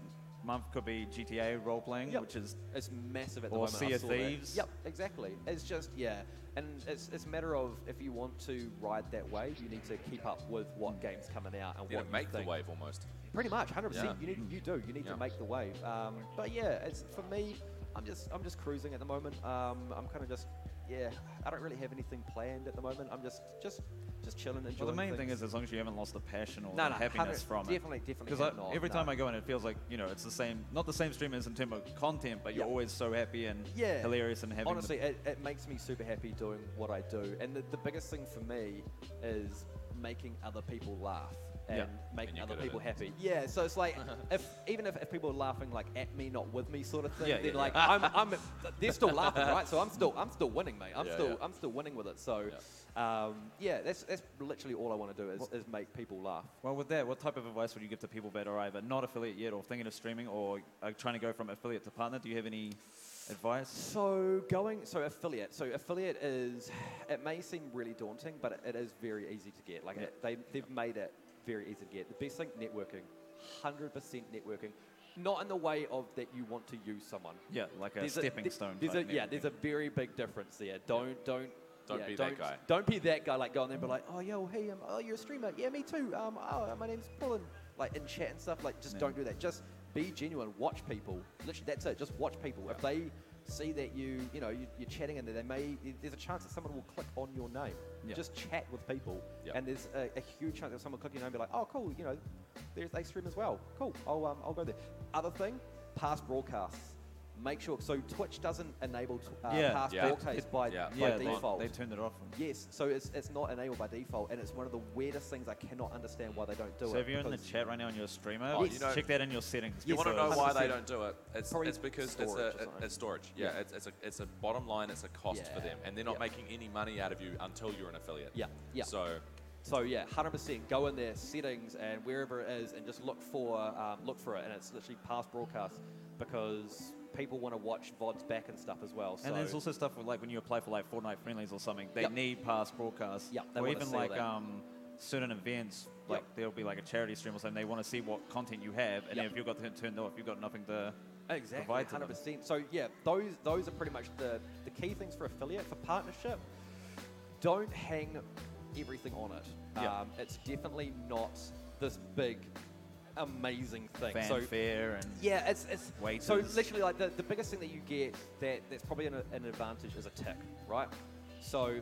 month could be GTA role playing, Yep. which is It's massive at the Or moment. Sea I of saw that. Thieves. Yep, exactly. It's just yeah, and it's it's a matter of if you want to ride that wave, you need to keep up with what games coming out and You know, what make you the think. wave almost. Pretty much, hundred Yeah. percent. You need, you do. You need Yeah. to make the wave. Um, but yeah, it's for me. I'm just, I'm just cruising at the moment. Um, I'm kind of just, yeah. I don't really have anything planned at the moment. I'm just, just, just chilling, enjoying. Well, the main things. thing is as long as you haven't lost the passion or No, the no, happiness hundred- from definitely- it. definitely Because have not, every no. time I go in, it feels like you know it's the same, not the same stream as in terms of content, but you're Yeah. always so happy and yeah. hilarious and having. the- Honestly, it, it makes me super happy doing what I do. And the, the biggest thing for me is making other people laugh and Yeah. making you're other good at people it. happy. Yeah, so it's like, if even if, if people are laughing like at me, not with me sort of thing, Yeah, then yeah, yeah. like I'm, I'm, they're still laughing, right? So I'm still, I'm still winning, mate. I'm Yeah, still, yeah. I'm still winning with it. So, um, yeah, that's, that's literally all I want to do is, is make people laugh. Well, with that, what type of advice would you give to people that are either not affiliate yet, or thinking of streaming, or are trying to go from affiliate to partner? Do you have any advice? So going so affiliate. So affiliate is it may seem really daunting, but it is very easy to get. Like Yeah. it, they they've made it very easy to get. The best thing networking, hundred percent networking. Not in the way of that you want to use someone. Yeah, like a There's stepping there- stone. There's type a, yeah, networking. there's a very big difference there. Don't don't Don't yeah, be that guy. Don't be that guy. Like go on there and be like, oh yo, hey, um, oh you're a streamer. Yeah, me too. Um, oh my name's Paul. And, like in chat and stuff. Like just Yeah. don't do that. Just be genuine. Watch people. Literally, that's it. Just watch people. If they see that you you know you, you're chatting and they may there's a chance that someone will click on your name. Yeah. Just chat with people. Yeah. And there's a, a huge chance that someone will click your name and be like, oh cool, you know, there's they stream as well. Cool. I'll um, I'll go there. Other thing, past broadcasts. Make sure so Twitch doesn't enable t- uh, Yeah. past Yeah. broadcasts by, Yeah. by yeah, they- default. They, turned it off. yes, so it's, it's not enabled by default, and it's one of the weirdest things I cannot understand why they don't do it. so if you're in the because- chat right now and you're a streamer, Oh, you just know- check that in your settings. You Yes, want to so know why they 100%. don't do it? It's, Probably it's because storage or it's a something. it's storage. Yeah, Yeah. It's, it's a it's a bottom line. It's a cost for Yeah. them, and they're not Yeah. making any money out of you until you're an affiliate. Yeah. Yeah. So So yeah, hundred percent. Go in their settings and wherever it is, and just look for um, look for it, and it's literally past broadcasts because people want to watch vods back and stuff as well. So And there's also stuff with, like when you apply for like Fortnite friendlies or something, they Yep. need past broadcasts. Yep, they or wanna even see all like that. um, certain events, like Yep. there'll be like a charity stream or something. They want to see what content you have, and Yep. if you've got it turned off, you've got nothing to. Exactly, provide to hundred them. percent. So yeah, those those are pretty much the the key things for affiliate for partnership. Don't hang everything on it. Yeah. Um, it's definitely not this big, amazing thing. so fanfare and yeah, it's it's so Waiters. literally like the, the biggest thing that you get that that's probably an, an advantage is a tick, right? So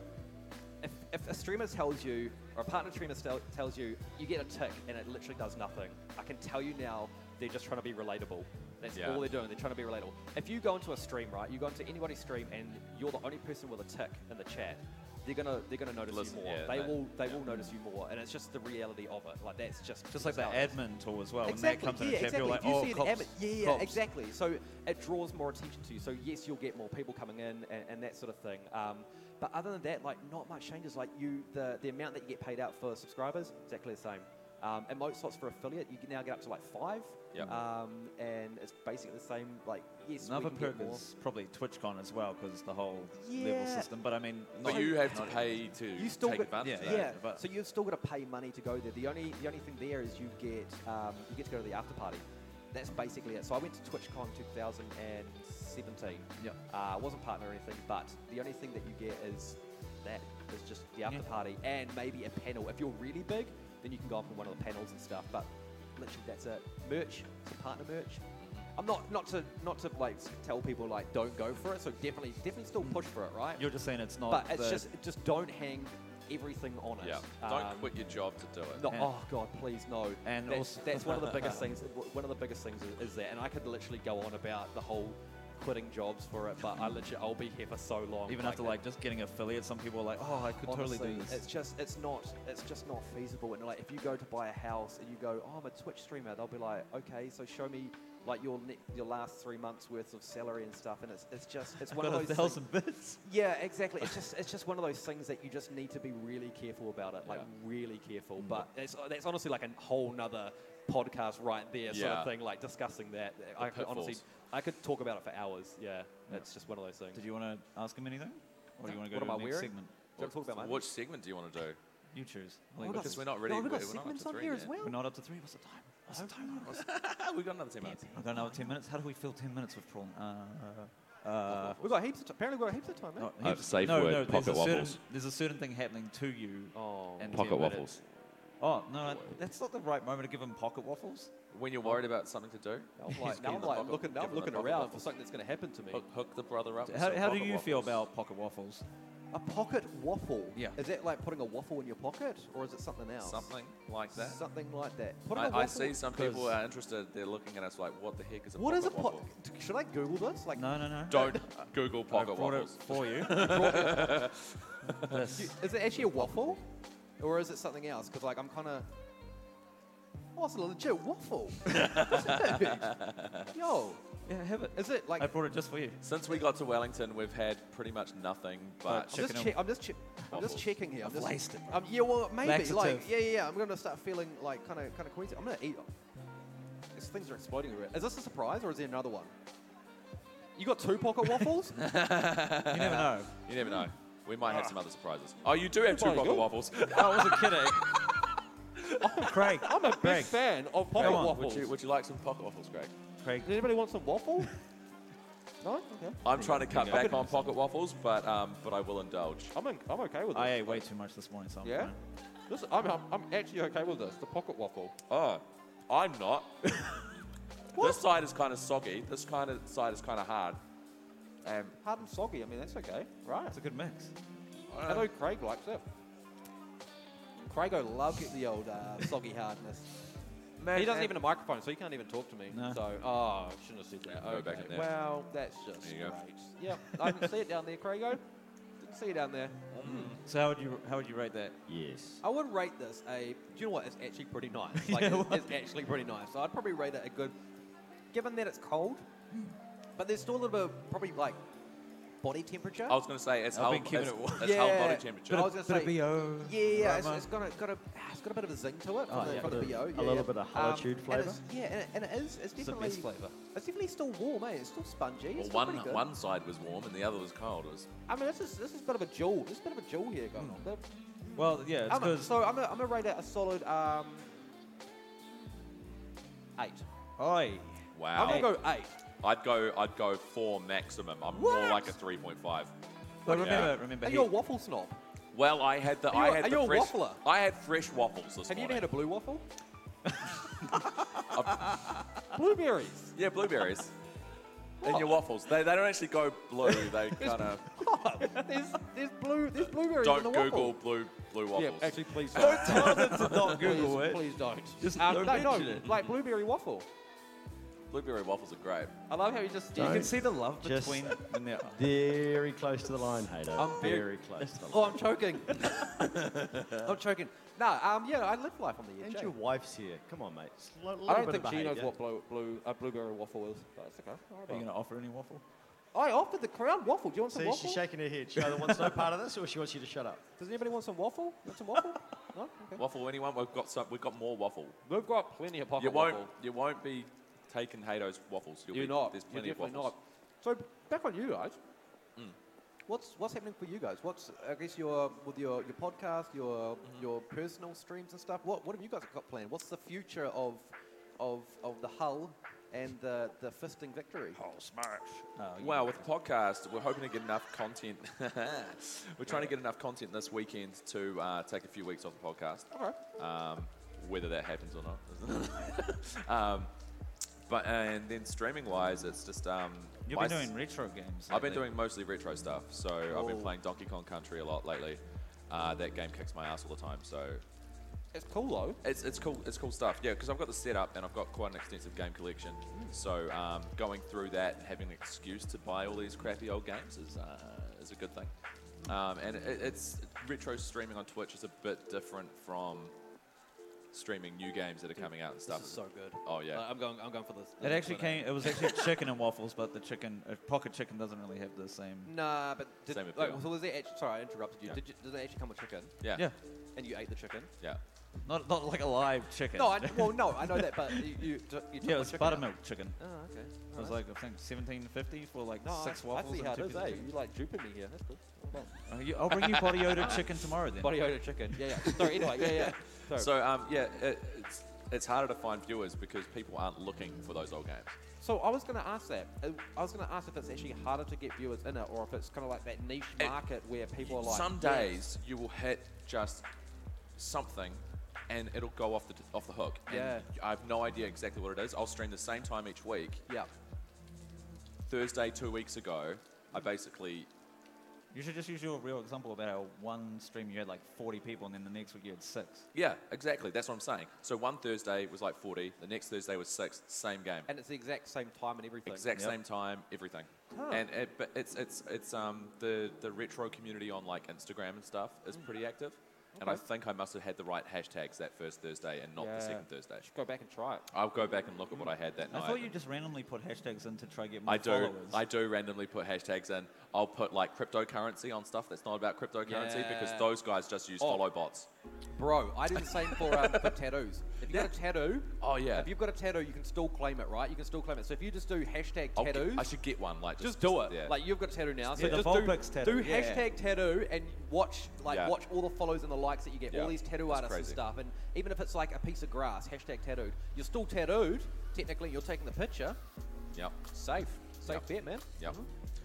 if, if a streamer tells you or a partner streamer stel- tells you you get a tick and it literally does nothing, I can tell you now they're just trying to be relatable. That's Yeah. all they're doing. They're trying to be relatable. If you go into a stream, right? You go into anybody's stream and you're the only person with a tick in the chat. they're gonna they're gonna notice Listen, you more. yeah, they they- will they will notice you more, and it's just the reality of it. Like that's just Just like the how it is. admin tool as well. Exactly. When that comes in yeah, a exactly. chat, you're like, If you oh, see an cops, admin- yeah, yeah, cops. exactly. So it draws more attention to you. So yes, you'll get more people coming in and, and that sort of thing. Um, but other than that, like not much changes. Like you, the the amount that you get paid out for subscribers, exactly the same. Um, and most slots for affiliate, you can now get up to like five. Yep. Um, and it's basically the same. Like yes, we Another can perk get more. is probably TwitchCon as well because the whole level Yeah. system. But I mean, But not- you have to not- pay to You still take got- advantage yeah, of that. Yeah, but- so you've still got to pay money to go there. The only the only thing there is you get um, you get to go to the after party. That's basically it. So I went to TwitchCon 2017. Yep. Uh, I wasn't partner or anything, but the only thing that you get is that is just the after Yeah. party and maybe a panel. If you're really big, then you can go up on one of the panels and stuff. But literally, that's it. Merch, some partner merch. Mm-hmm. I'm not not to not to like s- tell people like don't go for it. So definitely definitely still push for it, right? Mm. You're just saying it's not. but it's the- just just don't hang everything on it. Yeah. Um, Don't quit your job to do it. no, Yeah. oh god, please no. And that's, also- that's one of the biggest things. w- One of the biggest things is, is that, and I could literally go on about the whole quitting jobs for it, but I literally I'll be here for so long. even after like just getting affiliate, some people are like, oh, I could totally do honestly, this. It's just it's not it's just not feasible. And like if you go to buy a house and you go, oh, I'm a Twitch streamer, they'll be like, okay, so show me like your ne- your last three months worth of salary and stuff. And it's it's just it's I've one got of a those things- thousand bits. yeah, exactly. It's just it's just one of those things that you just need to be really careful about it, like Yeah. Mm. really careful. But it's, that's honestly like a whole nother podcast right there, sort Yeah. of thing. Like discussing that, I could honestly, pitfalls. I could talk about it for hours. Yeah, it's just one of those things. Did you want to ask him anything, or do you want to What go am I to the next wearing? segment? Do you wanna talk about mine? Which segment do you want to do? You choose. Oh, Like, we've got because s- we're not ready- no, we've got we're- we're not up segments to on three here yet. as we're well. not up to three. What's the time? What's the time? What's the We've got another 10 minutes. I've got another ten minutes. How do we fill ten minutes with prawn? Uh, uh, We've got heaps. Of t- apparently, we've got heaps of time. Mate. oh, Uh, heaps- safe no, word, no, there's pocket a certain, waffles. There's a certain thing happening to you. Oh, and Pocket 10 minutes. waffles. Oh no, no, that's not the right moment to give him pocket waffles. When you're worried about something to do, now I'm like, now giving I'm the like bucket- looking, now I'm giving the Oh. looking bucket around for waffles. something that's going to happen to me. hook, hook the brother up. with How, some how do pocket you feel waffles. about pocket waffles? A pocket waffle. Yeah. Is that like putting a waffle in your pocket, or is it something else? something like that? Something like that. Putting a I, I waffle- see some people 'cause- are interested. They're looking at us like, "What the heck is a What pocket is a waffle?" pocket? Should I Google this? Like, No, no, no. Don't Google I pocket brought it waffles. for you. do- is it actually a waffle, or is it something else? Because like I'm kind of. Oh, it's a legit waffle. Yo, yeah, have it. is it like? I I'm brought it just for you. Since we got to Wellington, we've had pretty much nothing but chicken just, and- che- I'm just, che- I'm just Waffles. checking here. I'm I've just, laced it. Um, yeah, well, maybe. Like, Laxative. yeah, yeah, yeah. I'm gonna start feeling like kind of, kind of queasy. I'm gonna eat. These things are exploding everywhere. Is this a surprise, or is there another one? You got two pocket waffles? You never know. you never know. We might have some other surprises. Oh, you do have two Probably pocket good. waffles. I wasn't kidding. Craig, I'm a big Greg. fan of pocket Come on, waffles. would you would you like some pocket waffles, Greg? Craig, Does anybody want some waffle? no? Okay. I'm trying to cut I back couldn't on pocket waffles, but um, but I will indulge. I'm, in, I'm okay with this. I ate way too much this morning, so I'm yeah? fine. This, I'm, I'm, I'm actually okay with this, the pocket waffle. Oh, I'm not. this side is kind of soggy. This kind of side is kind of hard. Um, Hard and soggy, I mean, that's okay. Right. It's a good mix. I know Craig likes it. Craigo loves the old uh, soggy hardness. he doesn't even have a microphone, so he can't even talk to me. No. So, oh, shouldn't have said that. Go Okay. back in there. Well, that's just There you great. go. Yep, I didn't see it down there, Craigo. Didn't see it down there. So how would you how would you rate that? I would rate this a. Do you know what? It's actually pretty nice. Like, Yeah, it's, what? it's actually pretty nice. So I'd probably rate it a good. Given that it's cold, but there's still a little bit of probably like body temperature. I was going to say it's I've how been keeping it's, it warm. Oh, it's how Yeah. body temperature. I was gonna bit of say- BO. yeah, yeah, it's, aroma. it's got a got a ah, it's got a bit of a zing to it from, Oh, the, yeah. from the bo. Bit of- a yeah, little yeah. Um, bit of holitude and it's- flavour. Yeah, and it, and it is it's It's the definitely best flavour. it's definitely still warm, eh? It's still spongy. It's Well, still one pretty good. one side was warm and the other was cold. It was I mean, this is this is a bit of a jewel. This is a bit of a jewel here going on. But Well, yeah, it's I'm a, because so I'm gonna I'm gonna rate it a solid um eight. I wow. I'm gonna go eight. I'd go. I'd go four maximum. I'm more What? like a three point five. but Yeah. remember remember Are he, you a waffle snob? Well, I had the. Are you I a- had are the you a fresh, waffler? I had fresh waffles this Have you ever morning. had a blue waffle? Blueberries. yeah, blueberries. In your waffles, they, they don't actually go blue. They kind of there's, there's blue there's blueberries in don't the waffle. Google blue blue waffles. please don't. tell them to not please, Google it. Please don't. Just Um, don't no, no, mention it. like blueberry waffle. Blueberry waffles are great. I love how you just. You you can can see the love Just- between them. there. Very close to the line, Hato. I'm very- very close to the line. Oh, I'm choking. I'm choking. No, um, yeah, I live life on the edge. And eh? your wife's here. Come on, mate. Sl- little I don't bit of think she knows behaviour. what blue, blue, uh, blueberry waffle is. But it's okay. Alright, Are you well. going to offer any waffle? I offered the crown waffle. Do you want some See, waffle? she's shaking her head. She either wants no part of this or she wants you to shut up. Does anybody want some waffle? Want some waffle? no? Okay. Waffle, anyone? We've got some. We've got more waffle. We've got plenty of pocket You won't. waffle. You won't be taking Hato's waffles. You'll You're be, not. There's You're definitely plenty of waffles. Hmm. not. So back on you guys. What's what's happening for you guys? What's I guess your with your, your podcast, your Mm-hmm. your personal streams and stuff. What what have you guys got planned? What's the future of of of the Hull and the the fisting victory? Oh, Um, Well, with the podcast, we're hoping to get enough content. we're trying to get enough content this weekend to uh, take a few weeks off the podcast. All right. um, whether that happens or not. um, but and then streaming wise, it's just um, You've my been s- doing retro games. I've been lately. doing mostly retro stuff, so I've been Cool. playing Donkey Kong Country a lot lately. Uh, that game kicks my ass all the time, so It's cool though. it's, it's cool it's cool stuff. Yeah, because I've got the setup and I've got quite an extensive game collection. Hmm. So um, going through that and having an excuse to buy all these crappy old games is uh, is a good thing. Um, and it, it's retro streaming on Twitch is a bit different from streaming new games that are coming out and stuff. This is so Uh, good. Oh yeah. Like, I'm going I'm going for this. It actually came. It was actually chicken and waffles, but the chicken, uh, pocket chicken, doesn't really have the same. Nah, but did, Same with like, Bill. so was it actually, sorry, I interrupted you. Yeah. Did, you. did it actually come with chicken? yeah, yeah, Yeah, And you ate the chicken? yeah, not not like a live chicken. No, I, well, no, I know that, but you, you, t- you took yeah, the it was chicken out. buttermilk chicken. Oh, okay. It was Alright. like I think 1750 for like No, six I, waffles I see and how two it is, pieces of eh? chicken. You like drooping me here. That's good. Well, Uh, you- I'll bring you body Yoda chicken tomorrow then. Body odor chicken. Yeah, yeah. Sorry, anyway, yeah, yeah. Sorry. So, So um, yeah, it, it's it's harder to find viewers because people aren't looking for those old games. I was going to ask that. Uh, I was going to ask if it's actually harder to get viewers in it or if it's kind of like that niche It- market where people are like. Some yeah. days you will hit just something, and it'll go off the off the hook. And Yeah. I have no idea exactly what it is. I'll stream the same time each week. Yeah. Thursday two weeks ago, I basically You should just use your real example about how one stream you had like 40 people, and then the next week you had six. yeah exactly that's what I'm saying. So one Thursday was like 40, the next Thursday was six, same game. And it's the exact same time and everything. exact Yep. same time, everything. And it, but it's it's it's um the the retro community on like Instagram and stuff is pretty active. And I Mm. Okay. think I must have had the right hashtags that first Thursday and not Yeah. the second Thursday. Should go back and try it. I'll go back and look at what I had that I night. thought you just randomly put hashtags in to try to get more I do. followers. I do randomly put hashtags in. I'll put like cryptocurrency on stuff that's not about cryptocurrency because Yeah. those guys just use Oh. follow bots. Bro, I do the same for, um, for tattoos. If you've got a tattoo, Oh yeah. if you've got a tattoo, you can still claim it, right? You can still claim it. So if you just do hashtag I'll get- tattoos, I should get one. Like just do it. Yeah. Like you've got a tattoo now, so Yeah, the just do, Vulpix tattoo, do yeah. hashtag tattoo and watch like Yeah. watch all the follows and the likes that you get. Yeah, All these tattoo it's artists and crazy. stuff, and even if it's like a piece of grass, hashtag tattooed. You're still tattooed. Technically, you're taking the picture. yep. Safe, safe Yep. bet, man. Yep.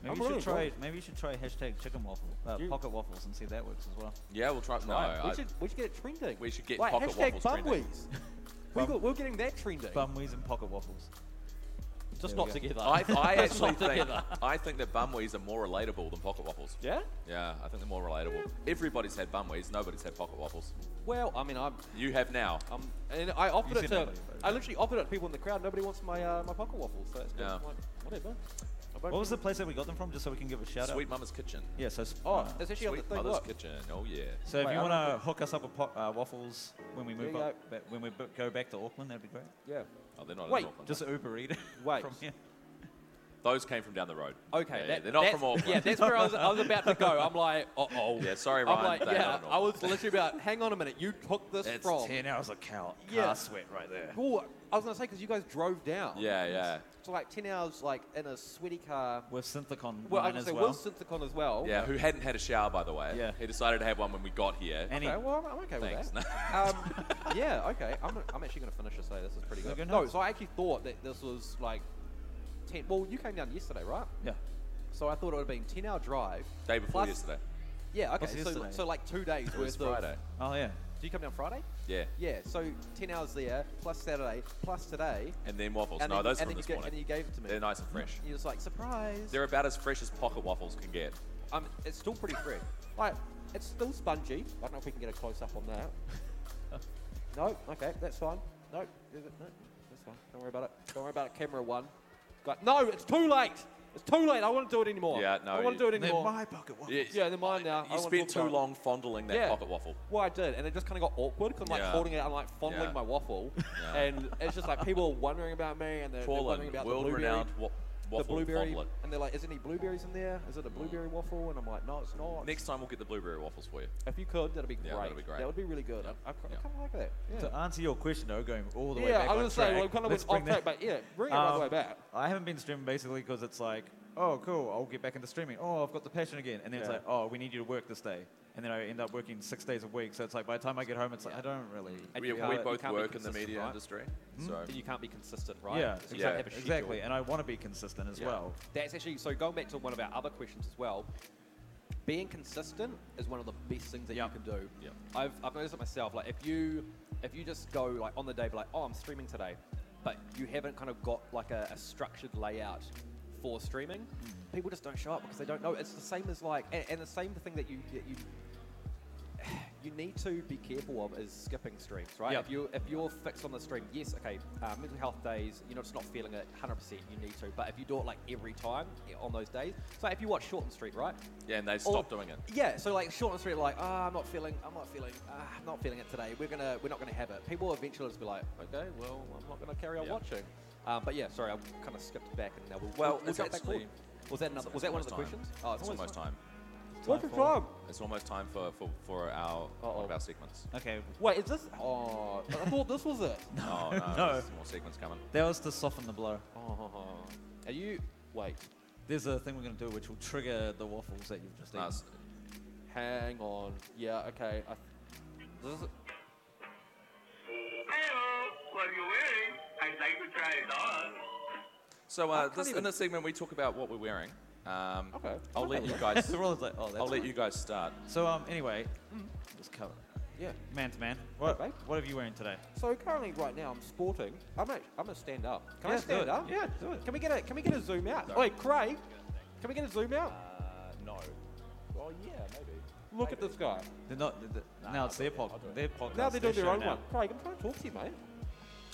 Maybe I'm you really should try. enjoying Maybe you should try hashtag chicken waffle, uh, pocket waffles, and see if that works as well. Yeah, we'll try. No, Right, we I- should we should get it trending. we should get like, pocket hashtag waffles bumwees. trending. we got, we're getting that trending. Bumwees and pocket waffles. Just there not we go. together. I, I Just actually not think together. I think that bumwees are more relatable than pocket waffles. Yeah. Yeah, I think they're more relatable. Everybody's had bumwees, nobody's had pocket waffles. Well, I mean, I'm. You have now. Um, and I offered You it said to, nobody, but- I literally offered it to people in the crowd. Nobody wants my uh, my pocket waffles, so it's good. Yeah. Like, whatever. I won't What was be- the place that we got them from? Just so we can give a shout Sweet out. Mama's Kitchen. Yeah. So. s- Oh, uh, it's actually on the Sweet thing. Mother's Look. Kitchen. Oh yeah. So if Wait, you I want don't to hook us up a po- uh, waffles when we There move you up, ba- when we b- go back to Auckland, that'd be great. Yeah. Oh, they're not Wait, in Auckland. Just Uber Eat it Wait. from here. Those came from down the road. Okay. Yeah, yeah, that- they're not that's- from Auckland. Yeah, that's where I was. I was about to go. I'm like, uh oh. Yeah, sorry, I'm Ryan. like, they're yeah. not in I was Auckland. literally about. Hang on a minute. You took this That's from. ten hours of cow, Yeah. car sweat right there. Well, I was gonna say because you guys drove down. Yeah, yeah. So like ten hours, like in a sweaty car. With Synthicon Well, I was women as gonna say well. Will Synthicon as well. Yeah, who hadn't had a shower, by the way. Yeah. He decided to have one when we got here. Any- Okay, well, I'm, I'm okay Thanks. with that. um, yeah, okay. I'm, I'm actually going to finish this. Hey, this is pretty good. Okay, no, nice. so I actually thought that this was like 10. Well, you came down yesterday, right? yeah. So I thought it would have been 10 hour drive. Day before plus- yesterday. Yeah, okay. What's So, yesterday? so like two days It was worth Friday. of. Oh yeah. Did you come down Friday? Yeah. Yeah, so 10 hours there, plus Saturday, plus today. And then waffles. And no, then, and those are from then you this ga- morning. And you gave it to me. They're nice and fresh. You're just like, surprise. They're about as fresh as pocket waffles can get. Um, it's still pretty fresh. Like, it's still spongy. I don't know if we can get a close up on that. no, okay, that's fine. No, is it- no, that's fine. Don't worry about it. Don't worry about it. Camera one. Got, no, it's too late. It's too late. I want to do it anymore. Yeah, no, I want to you- do it They're anymore. my pocket watch. Yeah, yeah, they're mine now. I You wanna talk spent too about it. long fondling that Yeah. pocket waffle. Well, I did, and it just kind of got awkward because I'm like Yeah. holding it, I'm like fondling Yeah. my waffle, Yeah. and it's just like people are wondering about me, and they're, they're wondering Portland, about the blueberry, world-renowned wa- the waffle blueberry, fondler. and they're like, "Is there any blueberries in there? Is it a blueberry waffle?" And I'm like, "No, it's not." Next time we'll get the blueberry waffles for you. if you could, that'd be, Yeah, great. that'd be great. That would be really good. Yep. I, I, ki- Yeah. I kind of like that. Yeah, To answer your question, though, going all the way yeah back I on was gonna say, track, well, kind of let's went off bring that- track, but yeah, bring it right the Um, way back. I haven't been streaming basically because it's like, oh, cool, I'll get back into streaming. Oh, I've got the passion again. And then it's Yeah. like, oh, we need you to work this day. And then I end up working six days a week. So it's like, by the time I get home, it's like, I don't really. We, we can't- you both can't be work in the consistent, media right? Hmm. industry, so You can't be consistent, right? Yeah, 'Cause you Yeah. don't have a schedule. exactly. And I want to be consistent as Yeah. well. That's actually so. Going back to one of our other questions as well, being consistent is one of the best things that Yeah. you can do. Yep. I've, I've noticed it myself. Like if you if you just go like on the day, be like, oh, I'm streaming today, but you haven't kind of got like a, a structured layout for streaming, people just don't show up because they don't know. It's the same as like, and, and the same thing that you that you. You need to be careful of is skipping streams, right? Yep. If you if you're fixed on the stream, yes, okay, uh, mental health days, you're just not feeling it 100%, you need to. But if you do it like every time eh, on those days, so if you watch Shorten Street, right? yeah, and they Or- stopped doing it. Yeah, so like short and sweet, like ah, I'm not feeling, I'm not feeling, ah, I'm not feeling it today. We're gonna, we're not gonna have it. People eventually just be like, okay, well, I'm not gonna carry on Yeah. watching. Um, but yeah, sorry, I kind of skipped back, and now we'll, Well, we'll, we'll it's jump back actually- forward. Was that another? Was that one of the almost questions? Oh, time. it's almost time. What's the time? It's almost time for, for, for our one of Uh-oh. our segments. Okay. Wait, is this? Oh, I thought this was it. No, Oh, no, no. there's more segments coming. That was to soften the blow. Oh, are you? Wait, There's a thing we're going to do which will trigger the waffles that you've just No, eaten. it's- hang on. Yeah, okay. I, this is, Hello, what are you wearing? I'd like to try it on. so uh, this, even- in this segment, we talk about what we're wearing. Um, Okay. I'll let you guys. the roller's like, oh, that's I'll let fine." you guys start. So, um, anyway, Mm. let's cover. it. yeah. Man to man, what, Okay. what have you wearing today? So currently, right now, I'm sporting. I'm act- I'm gonna stand up. Can I Yeah, do stand it. up? Yeah, do it. Can we get a Can we get a zoom out? Wait, Craig. Can we get a zoom out? no. Well, yeah, maybe. Look at this guy. They're not. They're, now it's their pod. Their podcast. Now they're doing their show own now. one. Craig, I'm trying to talk to you, mate.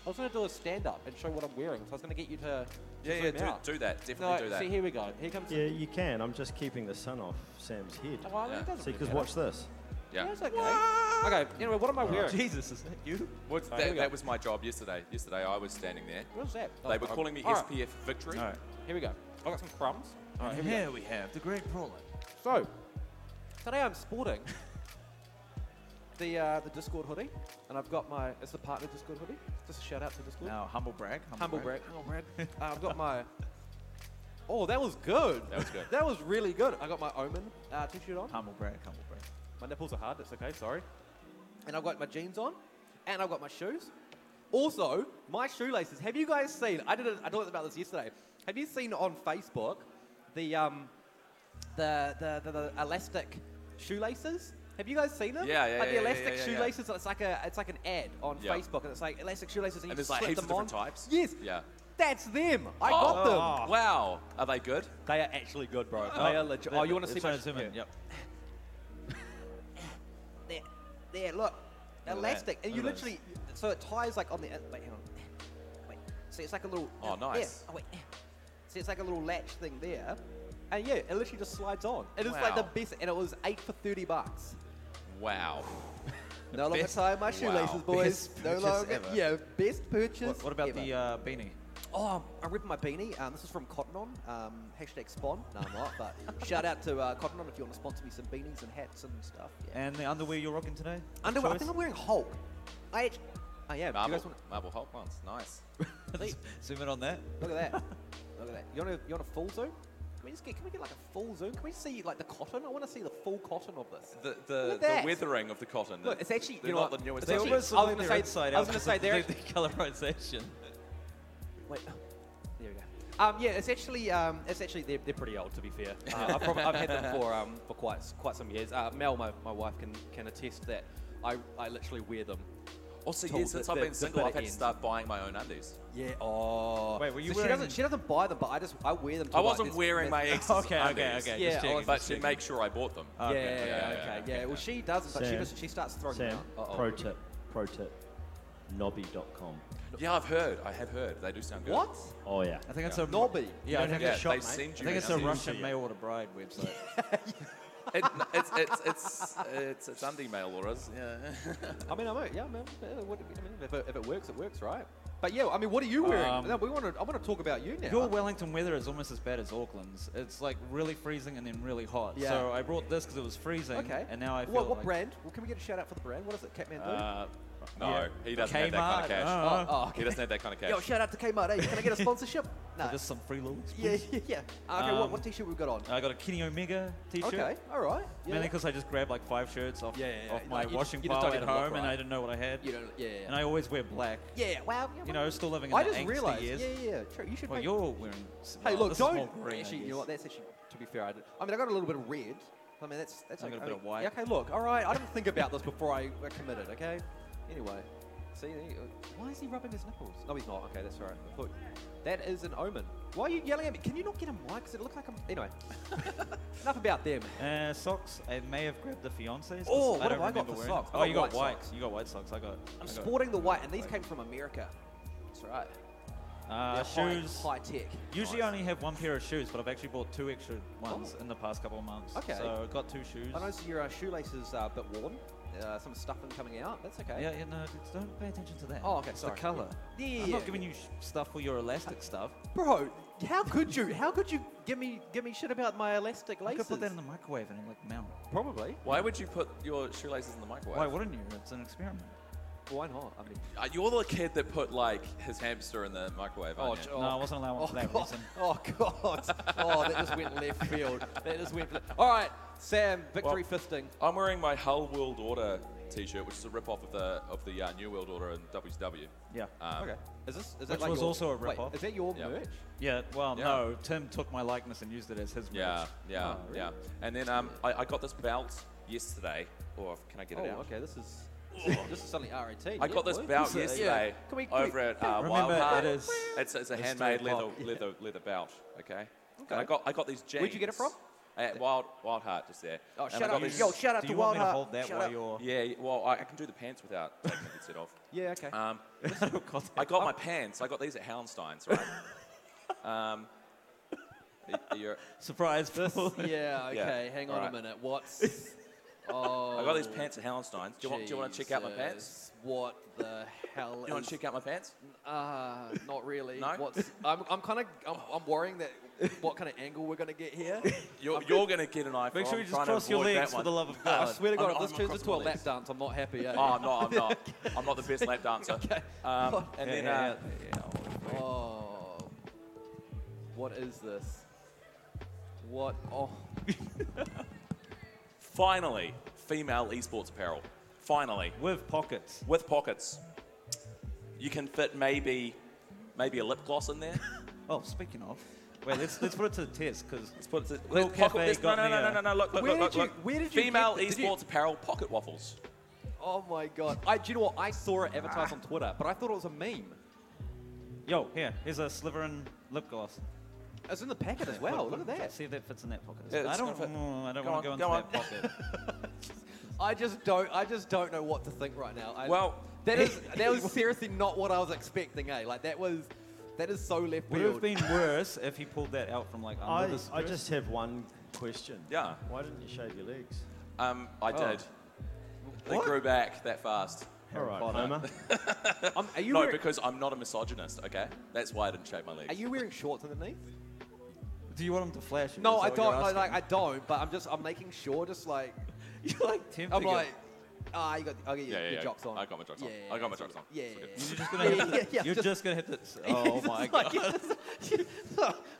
I was gonna do a stand up and show what I'm wearing, so I was gonna get you to. Yeah, yeah, zoom out. do, do that. Definitely No, do that. see, here we go. Here comes. Yeah, you can. I'm just keeping the sun off Sam's head. Oh, well, Yeah. that doesn't See, because matter. watch this. yeah. Yeah, it's okay. Okay. Anyway, what am I wearing? Jesus, is that you? Well, that, here we go. that was my job yesterday. Yesterday, I was standing there. What is that? They Oh, were oh, calling me all right, SPF Victory. All right. Here we go. I got some crumbs. All right. And Here we go. here we have the great Prolet. So, today I'm sporting the uh, the Discord hoodie, and I've got my it's the partner Discord hoodie. Just a shout out to Discord. Now, humble brag. Humble brag. Humble brag. uh, I've got my. Oh, that was good. That was good. that was really good. I got my Omen uh, t-shirt on. Humble brag. Humble brag. My nipples are hard. That's okay. Sorry. And I've got my jeans on, and I've got my shoes. Also, my shoelaces. Have you guys seen? I did. A, I talked about this yesterday. Have you seen on Facebook the um, the the, the, the elastic shoelaces? Have you guys seen them? Yeah, yeah, Like yeah, yeah, the elastic yeah, yeah, yeah. shoelaces. It's like a it's like an ad on Yeah. Facebook, and it's like elastic shoelaces, and, And you there's like slip heaps of them on. different types. Yes. Yeah. That's them. I got them. Oh, Wow. Are they good? They are actually good, bro. They are legit. Oh, you want to see my trying to zoom in? Yep. There, there. Look, at that. elastic, and you Look at literally. So it ties like on the. uh, Wait, hang on. Wait. See, it's like a little. Oh, there. nice. Oh wait. See, it's like a little latch thing there, and yeah, it literally just slides on. It is like the Wow. best, and it was eight for thirty bucks. Wow. No longer best- tie my shoelaces, wow. boys. no Best purchase longer. ever. Yeah, best purchase. What, what about ever. the uh, beanie? Oh, I'm ripping my beanie. Um, this is from Cotton On. Um, hashtag spawn. No, I'm not. But shout out to uh, Cotton On if you want to sponsor me some beanies and hats and stuff. Yeah. And the underwear you're rocking today? Underwear. I Choice? think I'm wearing Hulk. I. act- I am. Do you Marble, guys want marble Hulk ones. Nice. Please. Zoom in on that. Look at that. Look at that. You want a, you want a full zoom? Can we just get? Can we get like a full zoom? Can we see like the cotton? I want to see the full cotton of this. The, Look the, at the that. weathering of the cotton. Look, it's actually They're you know not what? the newest It's actually- ideas. I was gonna say. I was gonna say they're the colorization. Wait. oh, There we go. Um, yeah, it's actually um, it's actually they're, they're pretty old to be fair. Uh, I've, prob- I've had them for um, for quite s- quite some years. Uh, Mel, my, my wife can can attest that I, I literally wear them. Also, yeah, told since that I've the- been the single, I've bitter had to end. start buying my own undies. Yeah. Oh. Wait, were you so she wearing- doesn't she doesn't buy them, but I just I wear them. I till, like, wasn't there's wearing my nothing- ex's Okay, okay, undies, okay. Yeah, just I checking, was- But just she checking. makes sure I bought them. Yeah, Okay, yeah, yeah, yeah, yeah, okay. yeah, Yeah, well, she does, but she Sam, just she starts throwing Sam, them out. Uh-oh. pro tip, pro tip. Nobby.com. Yeah, I've heard. I have heard. They do sound good. What? Oh, yeah. I think it's a Nobby. Yeah, I don't think, have yeah, to shop, they mate. send you. I think it's a an email. Russian mail order bride website. It, it's, it's, it's, it's, it's under mail orders. Yeah. I mean, I'm a- yeah, I mean, yeah, what- I mean, if, it, if it works, it works, right? But yeah, I mean, what are you wearing? Um, no, we want to. I want to talk about you now. Your Wellington weather is almost as bad as Auckland's. It's like really freezing and then really hot. Yeah. So I brought this because it was freezing. okay. And now I feel What, what like brand? Well, can we get a shout out for the brand? What is it? Kathmandu. Uh, no, Yeah. he doesn't have that kind Kmart, of cash. uh, Oh, oh, He doesn't have that kind of cash. Yo, shout out to Kmart. Hey, can I get a sponsorship? no. Just some freeloaders. yeah, please. yeah, yeah. Ah, Okay, what, Um, what t-shirt we got on? I got a Kenny Omega t-shirt. okay, all right. Yeah. Mainly because I just grabbed like five shirts off, Yeah, yeah, yeah. off my Like, you washing just- you just pile don't at get a look home, and right. I didn't know what I had. you don't, yeah, yeah. And I always wear black. yeah, wow. yeah, You well, know, still living in I the just angsty realised. Yeah, years. yeah, yeah. True. You should. Well, make- you're wearing. s- Hey, well, look, Oh, this is more don't. green, I actually, you know what? guess. That's actually, to be fair, I, did, I mean, I got a little bit of red. I mean, that's that's I okay. got a bit mean, of white. yeah, Okay, look, all right. I didn't think about this before I I committed. Okay. Anyway, see, there you- why is he rubbing his nipples? No, he's not. Okay, that's all right. Look, that is an omen. Why are you yelling at me? Can you not get a mic? Because it looks like I'm. Anyway, enough about them. Uh, socks. I may have grabbed the fiance's. Oh, what I don't have I got remember for wearing. socks? I Oh, got you got white white. socks. You got white socks. I got. I I'm got- sporting the white, and these came from America. That's right. Uh, They're high- shoes. High, tech. Usually I Nice. only have one pair of shoes, but I've actually bought two extra ones Oh. in the past couple of months. Okay. So I got two shoes. I noticed your uh, shoelaces are a bit worn. Uh, some stuffing coming out. That's okay. Yeah, yeah, no, just don't pay attention to that. Oh, okay, It's sorry. the color. Yeah, yeah, I'm yeah, not giving you sh- stuff for your elastic stuff. Bro, how could you? How could you give me give me shit about my elastic I laces? could put that in the microwave and it like melt. Probably. Why would you put your shoelaces in the microwave? Why wouldn't you? It's an experiment. Why not? I mean, Uh, you're the kid that put like his hamster in the microwave. oh, aren't you? oh, No, I wasn't allowing oh, for that God. reason. Oh god. Oh, that just went left field. That just went. All right, Sam, victory fisting. I'm wearing my Hull World Order T-shirt, which is a rip-off of the of the uh, New World Order in WCW. Yeah. Um, Okay. Is this? Is Which that like was your, also a wait, rip-off. Is that your Yeah. merch? yeah, well, Yeah. no. Tim took my likeness and used it as his merch. Yeah, Oh, yeah, yeah. And then um, I, I got this belt yesterday. Or can I get Oh, it out? okay. This is. this is something R18. I got this belt yesterday Can we, can we- over at uh, Wild Remember, Heart. it is- It's, it's a it's handmade three leather, o'clock. leather, leather belt. Okay. And Okay. I got I got these jeans. Where'd you get it from? At Wild Wild Heart, just there. Oh, And I shout got out! these- Yo, shout out Do to you want Wild me to Heart. hold that Shout while out. you're? Yeah. yeah, Well, I, I can do the pants without taking the set off. Yeah. Okay. Um, God, I got my pants. I got these at Houndstein's, right? um, y- you're- Surprise! Phil. yeah. Okay. Yeah, Hang on alright. a minute. What's? oh. I got these pants at Houndstein's. Do you, want, do you want to check out my pants? Jesus, What the hell? Do you want is- to check out my pants? Uh, not really. No? What's? I'm, I'm kind of. I'm, I'm worrying that what kind of angle we're gonna get here. You're, you're going to get an iPhone. Make sure you I'm just trying to cross your avoid that legs for one. the love of I God. swear to God, I'm- if this I'm turns across into a my lap legs. dance, I'm not happy. eh? Oh, no, I'm not. I'm not the best lap dancer. Um, and Yeah, then, yeah, uh, Oh. What is this? What? Oh. finally, female esports apparel. Finally, With pockets. with pockets. You can fit maybe, maybe a lip gloss in there. Oh, speaking of, wait, let's let's put it to the test because Let's put it. To, Little let's cafe pocket, this, no, got no, me no, a- no, no, no. Look, uh, look, Where look, did you- look, look. where did you female get the- did you- esports apparel pocket waffles. Oh my God. I. Do you know what? I saw it advertised on Twitter, but I thought it was a meme. Yo, here, here's a Sliverin lip gloss. It's in the packet as well. Look at that. See if that fits in that pocket. Yeah, I it's don't, gonna fit. mm, I don't Go want to go on, into go that pocket. I just don't. I just don't know what to think right now. I, Well- that is that was seriously not what I was expecting. Eh, like that was that is so left Would have field. been worse if he pulled that out from like under I, the I skirt. just have one question. Yeah. Why didn't you shave your legs? Um, I did. Oh. They What? grew back that fast. All right, Potter. Homer. Um, are you no, wearing, because I'm not a misogynist. Okay, that's why I didn't shave my legs. are you wearing shorts underneath? Do you want him to flash? it? No, Is I that what don't. you're Like, like asking? I don't. But I'm just I'm making sure. Just like you're like tempting I'm him. like. Ah, you got. I'll get your, Yeah, yeah, your yeah. jocks on. I got my jocks on. Yeah, I got my it's all jocks on. good. Yeah, It's all yeah, You're just gonna hit yeah, the- yeah, You're just- just, gonna hit the. Oh my god.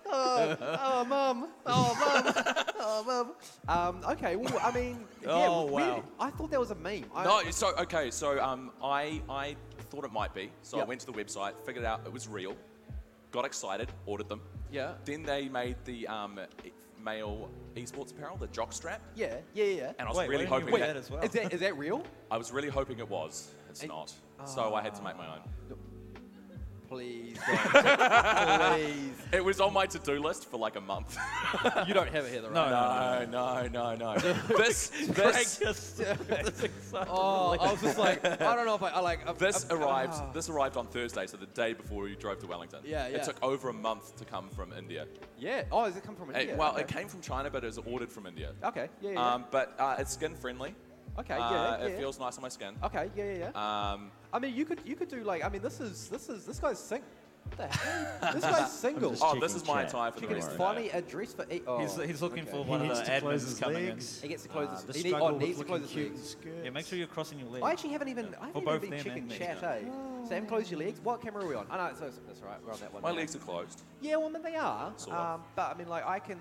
oh, oh, mum. Oh, mum. Oh, mum. Um, okay, well, I mean, yeah, Oh, where- wow. I thought that was a meme. I, No, so okay, so um, I I thought it might be, so Yep. I went to the website, figured out it was real, got excited, ordered them. Yeah. Then they made the um, e- male esports apparel, the jock strap, Yeah, yeah, yeah. and I was Wait, really why hoping didn't you that, wear that as well? Is that is that real? I was really hoping it was. It's And- not. So I had to make my own. please, guys. please. It was on my to-do list for like a month. You don't have it, Heather, No, right? no, no, no, no. this, this, Oh, I was just like, I don't know if I, I like. I've- this I've- arrived. ah. This arrived on Thursday, so the day before you drove to Wellington. Yeah, yeah. It took over a month to come from India. Yeah. Oh, does it come from It- India? well, okay. it came from China, but it was ordered from India. Okay. Yeah. Yeah. yeah. Um, but uh, it's skin friendly. okay. Yeah. Uh, yeah, it yeah. Oh, feels nice on my skin. Okay. Yeah. Yeah. Yeah. Um, I mean, you could you could do like I mean, this is this is this guy's sing. What the hell? this guy's single. just- oh, this Chicken is my chat. attire for the Chicken rest is of the day. Finally, a dress for. E- oh. He's, he's looking okay. for He one needs of the to close admins his coming legs. He gets to close Ah, his. the he need- struggle oh, with needs to looking close his cute in legs. skirts. in. Yeah, make sure you're crossing your legs. I actually haven't even. I haven't even both been them chicken and me. chat, eh? Sam, close your legs. What camera are we on? I know it's, it's, it's all right. We're on that one. My now. legs are closed. Yeah, well, I mean, they are. Sort of. Um, but I mean, like, I can.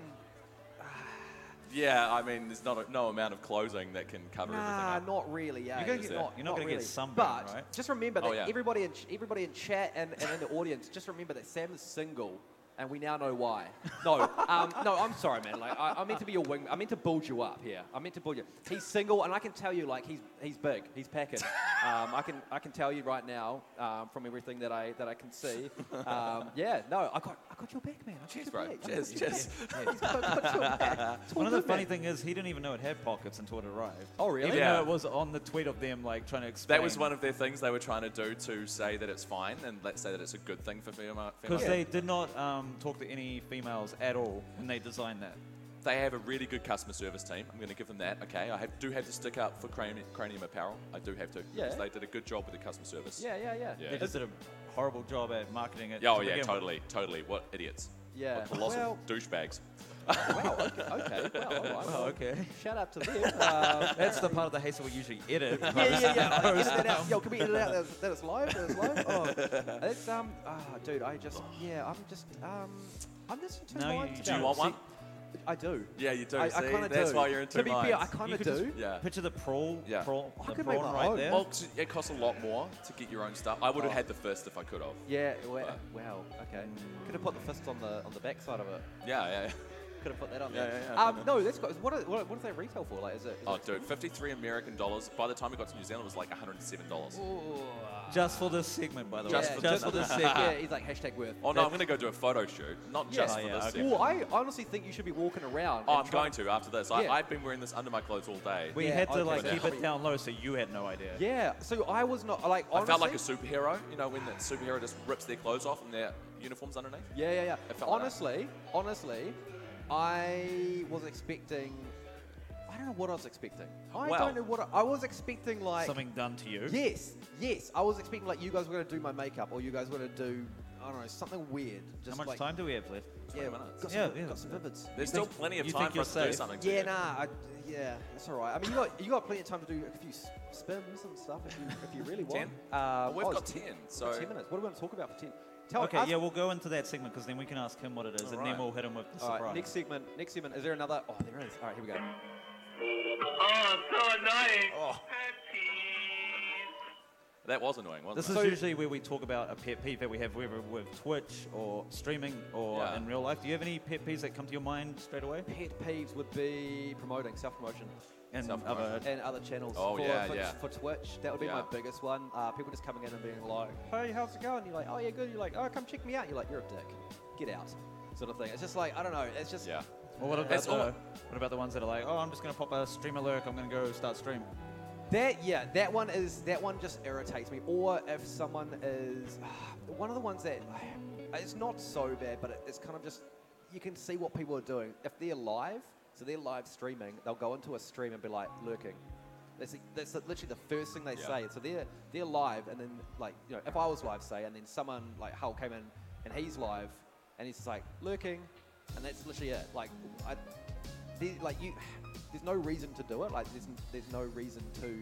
Yeah, I mean, there's not a, no amount of closing that can cover Nah, everything. Up. not really. Yeah, You're gonna get- not, you're not gonna get really. sunburned, But right? just remember that Oh, yeah. everybody in ch- everybody in chat and, and in the audience, just remember that Sam is single, and we now know why. No, um, no, I'm sorry, man. Like, I, I meant to be your wing. I meant to build you up here. I meant to build you. He's single, and I can tell you, like, he's he's big. He's packing. Um, I can I can tell you right now um, from everything that I that I can see. Um, yeah, no, I got I got your back, man. I got Cheers, your bro. back. I got Cheers, your cheers. back. He's got- got your back. It's all One of the good, man. funny thing is he didn't even know it had pockets until it arrived. Oh, really? Even Yeah. though it was on the tweet of them like trying to explain. That was one of their things they were trying to do to say that it's fine and let's say that it's a good thing for female. female. because they did not um, talk to any females at all when they designed that. They have a really good customer service team. I'm going to give them that. Okay, I have, do have to stick up for cranium, cranium apparel. I do have to. 'cause Yeah. They did a good job with the customer service. Yeah, yeah, yeah. Yeah. They just did a horrible job at marketing it. Yeah, oh to yeah, begin with. totally, totally. What idiots. Yeah. What colossal Well- douchebags. Wow, okay, okay. Wow, all right. Oh, well, okay. Shout out to them. Um, That's the part of the hazel we usually edit. yeah, yeah, yeah. I'll edit that out. Yo, can we edit it out? That, that it's live. That it's live. Oh, that's um. Ah, dude, I just yeah. I'm just um. I'm just in two No, you- minds. do Do you about want it. one? See, I do. Yeah, you do. I, I see, kind of do. that's why you're in two To be fair, I minds. kind You of could just- do. Yeah. Picture the prawn, Yeah. prawn, I the could make prawn my right own. there. Well, 'cause it costs a lot more to get your own stuff. I Oh. would have had the first if I could have. Yeah. Wow. wow okay. Could have put the fist on the on the backside of it. Yeah, yeah. Could have put that on Yeah, there. yeah, yeah. um, no, that's got. What, are, what what does that retail for? Like, is it? Is Oh, it dude, 53 American dollars. By the time we got to New Zealand, it was like 107 dollars. Just for this segment, by the Just yeah, way. for just this for the sake. Yeah, he's like hashtag worth. Oh no, I'm gonna go do a photo shoot, not just Oh, for yeah, this. okay. segment. Well, I honestly think you should be walking around. Oh, and I'm trying going to after this. I, Yeah. I've been wearing this under my clothes all day. We Yeah, had to okay, like so keep probably- it down low so you had no idea. Yeah, so I was not like I honestly. felt like a superhero, you know, when that superhero just rips their clothes off and their uniforms underneath. yeah, yeah, yeah. I felt like that. honestly, honestly, I was expecting. I don't know what I was expecting. I Wow. don't know what I, I was expecting. Like Something done to you. Yes, yes. I was expecting like you guys were gonna do my makeup or you guys were gonna do I don't know something weird. Just How much like, time do we have left? Yeah, 20 minutes. got some, Yeah, yeah. got some vivids. There's still plenty of you time think for you're us to do safe? something. to Yeah, you. nah, I, yeah, it's all right. I mean, you got you got plenty of time to do a few s- spins and stuff if you if you really want. Ten? Uh, Oh, we've oh, got it's ten, got so ten minutes. What do we want to talk about for ten? Tell Okay, ask- yeah, we'll go into that segment because then we can ask him what it is, and Alright. then we'll hit him with the All surprise. right, next segment. Next segment. Is there another? Oh, there is. All right, here we go. Oh, so annoying. Oh. Pet peeve. That was annoying, wasn't This it? is usually where we talk about a pet peeve that we have, whether with Twitch or streaming or Yeah. in real life. Do you have any pet peeves that come to your mind straight away? Pet peeves would be promoting self-promotion And Self-promotion. other. and other channels Oh, for, yeah, for, yeah. for Twitch. That would be my Yeah. biggest one. Uh, people just coming in and being like, "Hey, how's it going?" You're like, "Oh yeah, good." You're like, "Oh, come check me out." You're like, "You're a dick. Get out." Sort of thing. It's just like I don't know. It's just yeah. Or what about That's the, all- what about the ones that are like, oh, I'm just gonna pop a stream alert. I'm gonna go start stream. That yeah, that one is that one just irritates me. Or if someone is one of the ones that it's not so bad, but it, it's kind of just you can see what people are doing. If they're live, so they're live streaming, they'll go into a stream and be like lurking. That's, the, that's literally the first thing they Yeah. say. So they're they're live, and then like you know, if I was live, say, and then someone like Hull came in and he's live, and he's just like lurking, and that's literally it. Like I, the- like you, there's no reason to do it. Like there's there's no reason to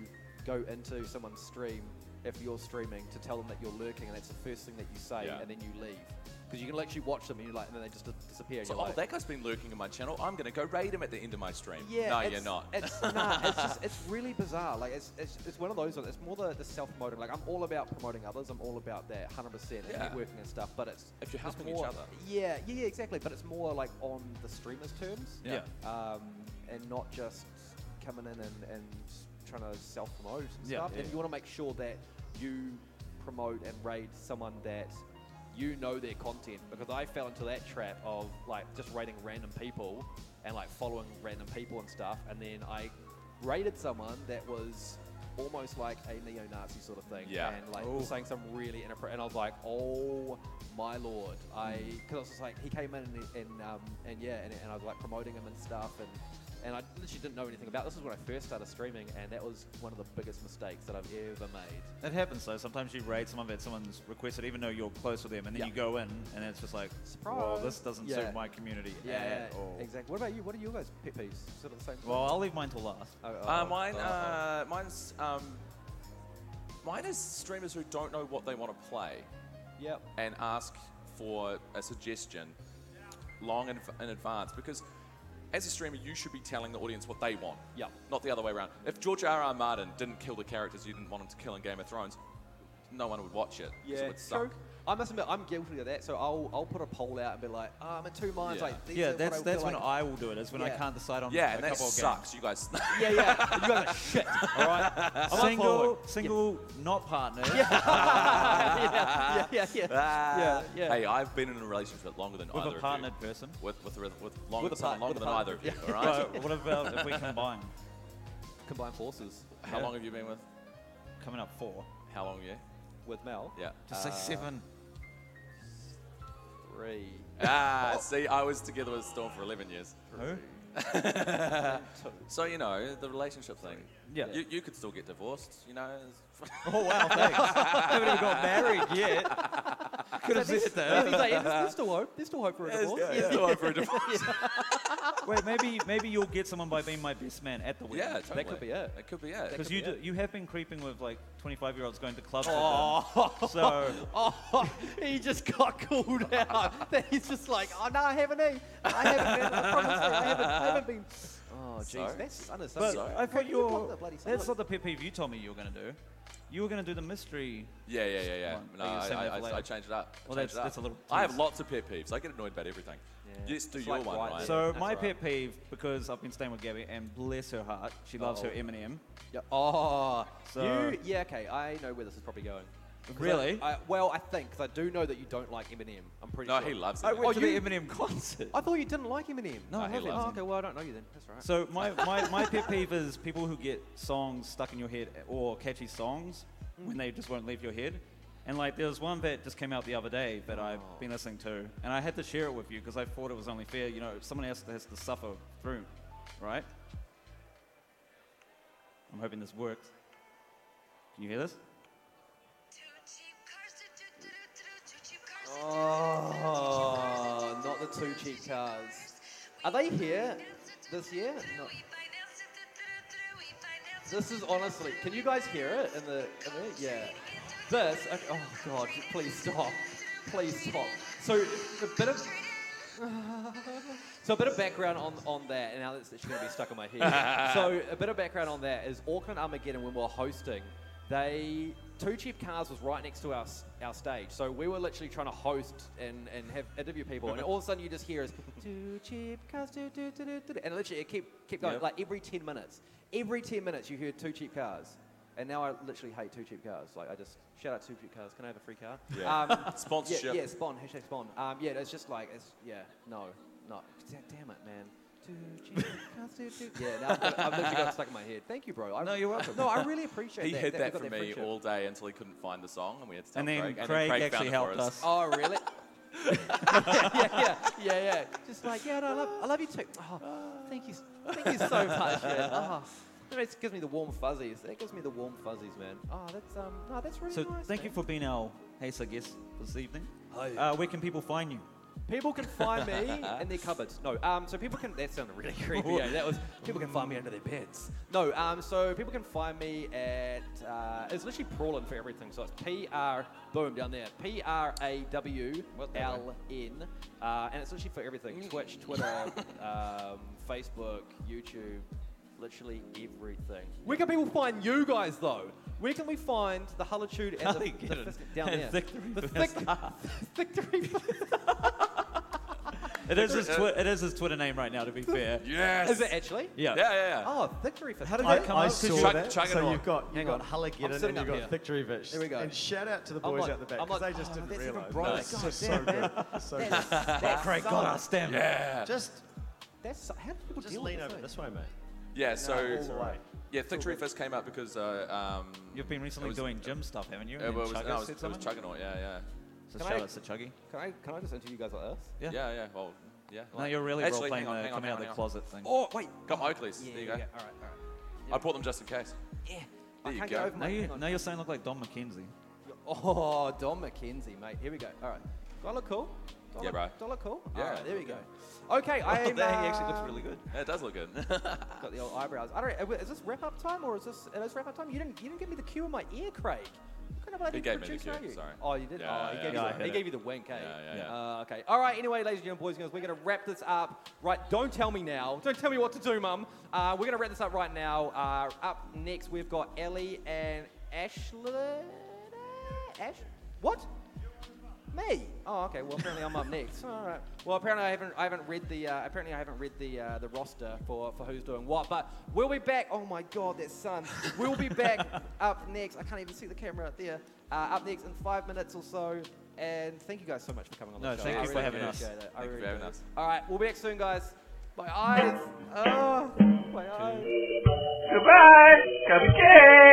go into someone's stream if you're streaming to tell them that you're lurking, and that's the first thing that you say, Yeah. and then you leave because you can literally watch them and you are like, and then they just dis- disappear. and So, you're oh, like, that guy's been lurking in my channel. I'm gonna go raid him at the end of my stream. yeah, no, it's- you're not. It's nah, it's just it's really bizarre. Like it's, it's, it's one of those ones. It's more the, the self promoting. Like I'm all about promoting others. I'm all about that 100 percent and Yeah. networking and stuff. But it's If you're it's helping each more- other. Yeah, yeah, yeah, exactly. But it's more like on the streamers' terms. Yeah. Um, and not just coming in and, and trying to self promote and Yeah, stuff. yeah, and you want to make sure that you promote and raid someone that you know their content because I fell into that trap of like just rating random people and like following random people and stuff, and then I rated someone that was almost like a neo-Nazi sort of thing, Yeah. and like was saying some really inappropriate, and I was like, oh my lord, I because I was just like he came in and, and um and yeah, and, and I was like promoting him and stuff and. And I literally didn't know anything about. This is when I first started streaming, and that was one of the biggest mistakes that I've ever made. It happens though. Sometimes you raid someone that someone's requested, even though you're close with them, and then Yeah. you go in, and it's just like, well, this Surprise. doesn't Yeah. suit my community Yeah, at Oh. all. exactly. What about you? What are your guys' pet peeves? Sort of the same. thing? Well, I'll leave mine till last. Oh, oh, Uh, oh, mine, oh, oh. uh, mine's, um, mine is streamers who don't know what they want to play Yep. and ask for a suggestion long in, in advance because as a streamer, you should be telling the audience what they want. Yeah. Not the other way around. If George R. R. Martin didn't kill the characters you didn't want him to kill in Game of Thrones, no one would watch it. 'cause it would suck. true. I must admit, I'm guilty of that. So I'll I'll put a poll out and be like, oh, I'm in two minds. Yeah. Like, these are yeah, what I that's feel that's when like- I will do it. Is when I Yeah. can't decide on Yeah, a and that couple of sucks. You guys. Yeah, yeah. You guys are shit. games. All right, single, unfollowing. single, not partner. yeah, yeah, yeah, yeah, yeah. Hey, I've been in a relationship longer than With either a of partnered you. person. With with with, with longer, With a someone part- longer with a than either of you. All right. But what about if we combine? Combine forces How Yeah. long have you been with? Coming up four. How long? Yeah. with Mel. Yeah. Just say seven. Three. Ah, see, I was together with Storm for 11 years. Who? Two. So, you know, the relationship thing. Yeah. You, you could still get divorced, you know. it's- Oh wow, thanks. Haven't even got married yet. Could have said I that. was like, yeah, there's, there's still hope. There's still hope for a divorce. It's still up for a divorce. Wait, maybe maybe you'll get someone by being my best man at the wedding. yeah, totally. could be it. That could be it. Because you be do, it. you have been creeping with like 25 year olds going to clubs. With them. So Oh, he just got called out. Then he's just like, oh no, I haven't. eh? I haven't. Been, I promise you, I haven't, I haven't been. Oh jeez, Sorry? that's But unacceptable. I thought Can you you pop were. that bloody That's salad? not the pet peeve you told me you were going to do. You were going to do the mystery. Yeah, yeah, yeah, yeah. Come on, No, you I, send I, that I, later. I changed it up. Well, Changed that's- it up. that's a little I have tease. lots of pet peeves. I get annoyed about everything. Yeah. Yes, do It's your like one, white right? Yeah, So that's my alright. pet peeve, because I've been staying with Gabby, and bless her heart, she loves her Eminem. Yeah. Oh, So- you, yeah, okay. I know where this is probably going. 'Cause Really? I, I, well, I think because I do know that you don't like Eminem. I'm pretty No, sure. he loves it. I man. went Oh, to you- the Eminem concert. I thought you didn't like Eminem. No, I he love loves Oh, Eminem. okay. Well, I don't know you then. That's all right. So my, my, my pet peeve is people who get songs stuck in your head or catchy songs when they just won't leave your head. And like there was one that just came out the other day that I've been listening to, and I had to share it with you because I thought it was only fair. You know, someone else has to suffer through, right? I'm hoping this works. Can you hear this? Oh, not the two cheap cars. Are they here this year? No. This is honestly. Can you guys hear it in the? In the yeah. This. Okay, oh God! Please stop. Please stop. So a bit of. So a bit of background on, on that, and now that's actually going to be stuck in my head. so a bit of background on that is Auckland Armageddon when we were hosting, they Two Cheap Cars was right next to our s- our stage, so we were literally trying to host and, and have interview people, and all of a sudden you just hear us Two Cheap Cars, do, do, do, do, do, do," and literally it kept kept going Yep. like every ten minutes, every ten minutes you heard Two Cheap Cars. And now I literally hate two cheap cars. Like I just shout out two cheap cars. Can I have a free car? Yeah. Um, Sponsorship. yeah, yeah, Spawn, hashtag Spawn. Um, yeah, it's just like, it's, yeah, no, not. da- Damn it, man. Two cheap cars, two cheap- yeah, now I've, got- I've literally got it stuck in my head. Thank you, bro. I, No, you're welcome. No, I really appreciate He that. hid we that got from me friendship. all day until he couldn't find the song, and we had to tell And then Craig. Craig, and then Craig actually found it helped for us. us. Oh, really? yeah, yeah, yeah, yeah. Just like, yeah, no, I love, I love you too. Oh, thank you, s- thank you so much. Yeah. Oh, no, it gives me the warm fuzzies. That gives me the warm fuzzies, man. Oh, that's um, no, that's really So nice. thank you man. for being our Hey, I guest this evening. Uh, where can people find you? People can find me in their cupboards. No, um, so people can. That sounded really creepy. eh? That was people can find me under their beds. No, um, so people can find me at. Uh, it's literally Prawlin for everything. So it's P R boom down there. P R A W L N, uh, and it's literally for everything: Twitch, Twitter, um, Facebook, YouTube, literally everything. Where can people find you guys though? Where can we find the Hullitude and Can't the, get the it. fist- down And there? Victory the Fist. thick, victory. It is his twi- it is his Twitter name right now. To be fair. Yes. Is it actually? Yeah. Yeah, yeah, yeah. Oh, victory for. How did I, that come I up? saw Chug- that. chug it so on. you've got Hang you've on. got Hulk I'm Eden sitting and you've up got here. Victory Vish. There we go. And shout out to the I'm boys like- out the back I'm because like, they just oh, didn't that's even realise. brighter. That's God just so damn, good. man. That's so That good. is- that's Great so- God, us damn. Yeah. Just That's so- how do people just deal lean with over that? this way, mate. Yeah, so. All the way. Yeah, Victory Fist came up because. Uh, um, You've been recently it was- doing gym stuff, haven't you? It And then was, no, it Chugga was, said it was something? Juggernaut, yeah, yeah. So Can shout I- out to Chuggy. Can I can I just interview you guys like this? Yeah. Yeah, yeah. Well, yeah. No, you're really Actually, role-playing hang on, the hang on, coming hang out on, the hang on. cloaset thing. Oh, wait. Got my Oakley's. there you go. All right. All right. I bought them just in case. Yeah. There I you can't go. get over Now, my. you, hang on. now you're saying look like Don McKenzie. Oh, Don McKenzie, mate. Here we go. All right. Do I look cool? Do I Yeah, look, bro. Do I look cool? Yeah, All right, there we look go. Okay, I uh, Oh, that actually looks really good. Yeah, it does look good. Got the old eyebrows. I don't. Is this wrap up time or is this? Is this wrap up time? You didn't. You didn't give me the cue in my ear, Craig. What kind of bloody He gave me the producer cue, are you? sorry. Oh, you did. Yeah, oh, he, yeah, gave, yeah, you I the, hit he it. gave you the wink, eh? Yeah, yeah, yeah. Uh, okay. All right. Anyway, ladies and gentlemen, boys and girls, we're gonna wrap this up. Right. Don't tell me now. Don't tell me what to do, Mum. Uh, we're gonna wrap this up right now. Uh, up next, we've got Ellie and Ashley. Ash. What? Me? Oh, okay. Well, apparently I'm up next. All right. Well, apparently I haven't I haven't read the uh, apparently I haven't read the uh, the roster for, for who's doing what. But we'll be back. Oh my God, that sun. We'll be back up next. I can't even see the camera out there. Uh, up next in five minutes or so. And thank you guys so much for coming on No, the show. thank I you for really having us. appreciate it. I Thank you really for having do. us. All right. We'll be back soon, guys. My eyes. Oh, my eyes. Goodbye. Come again.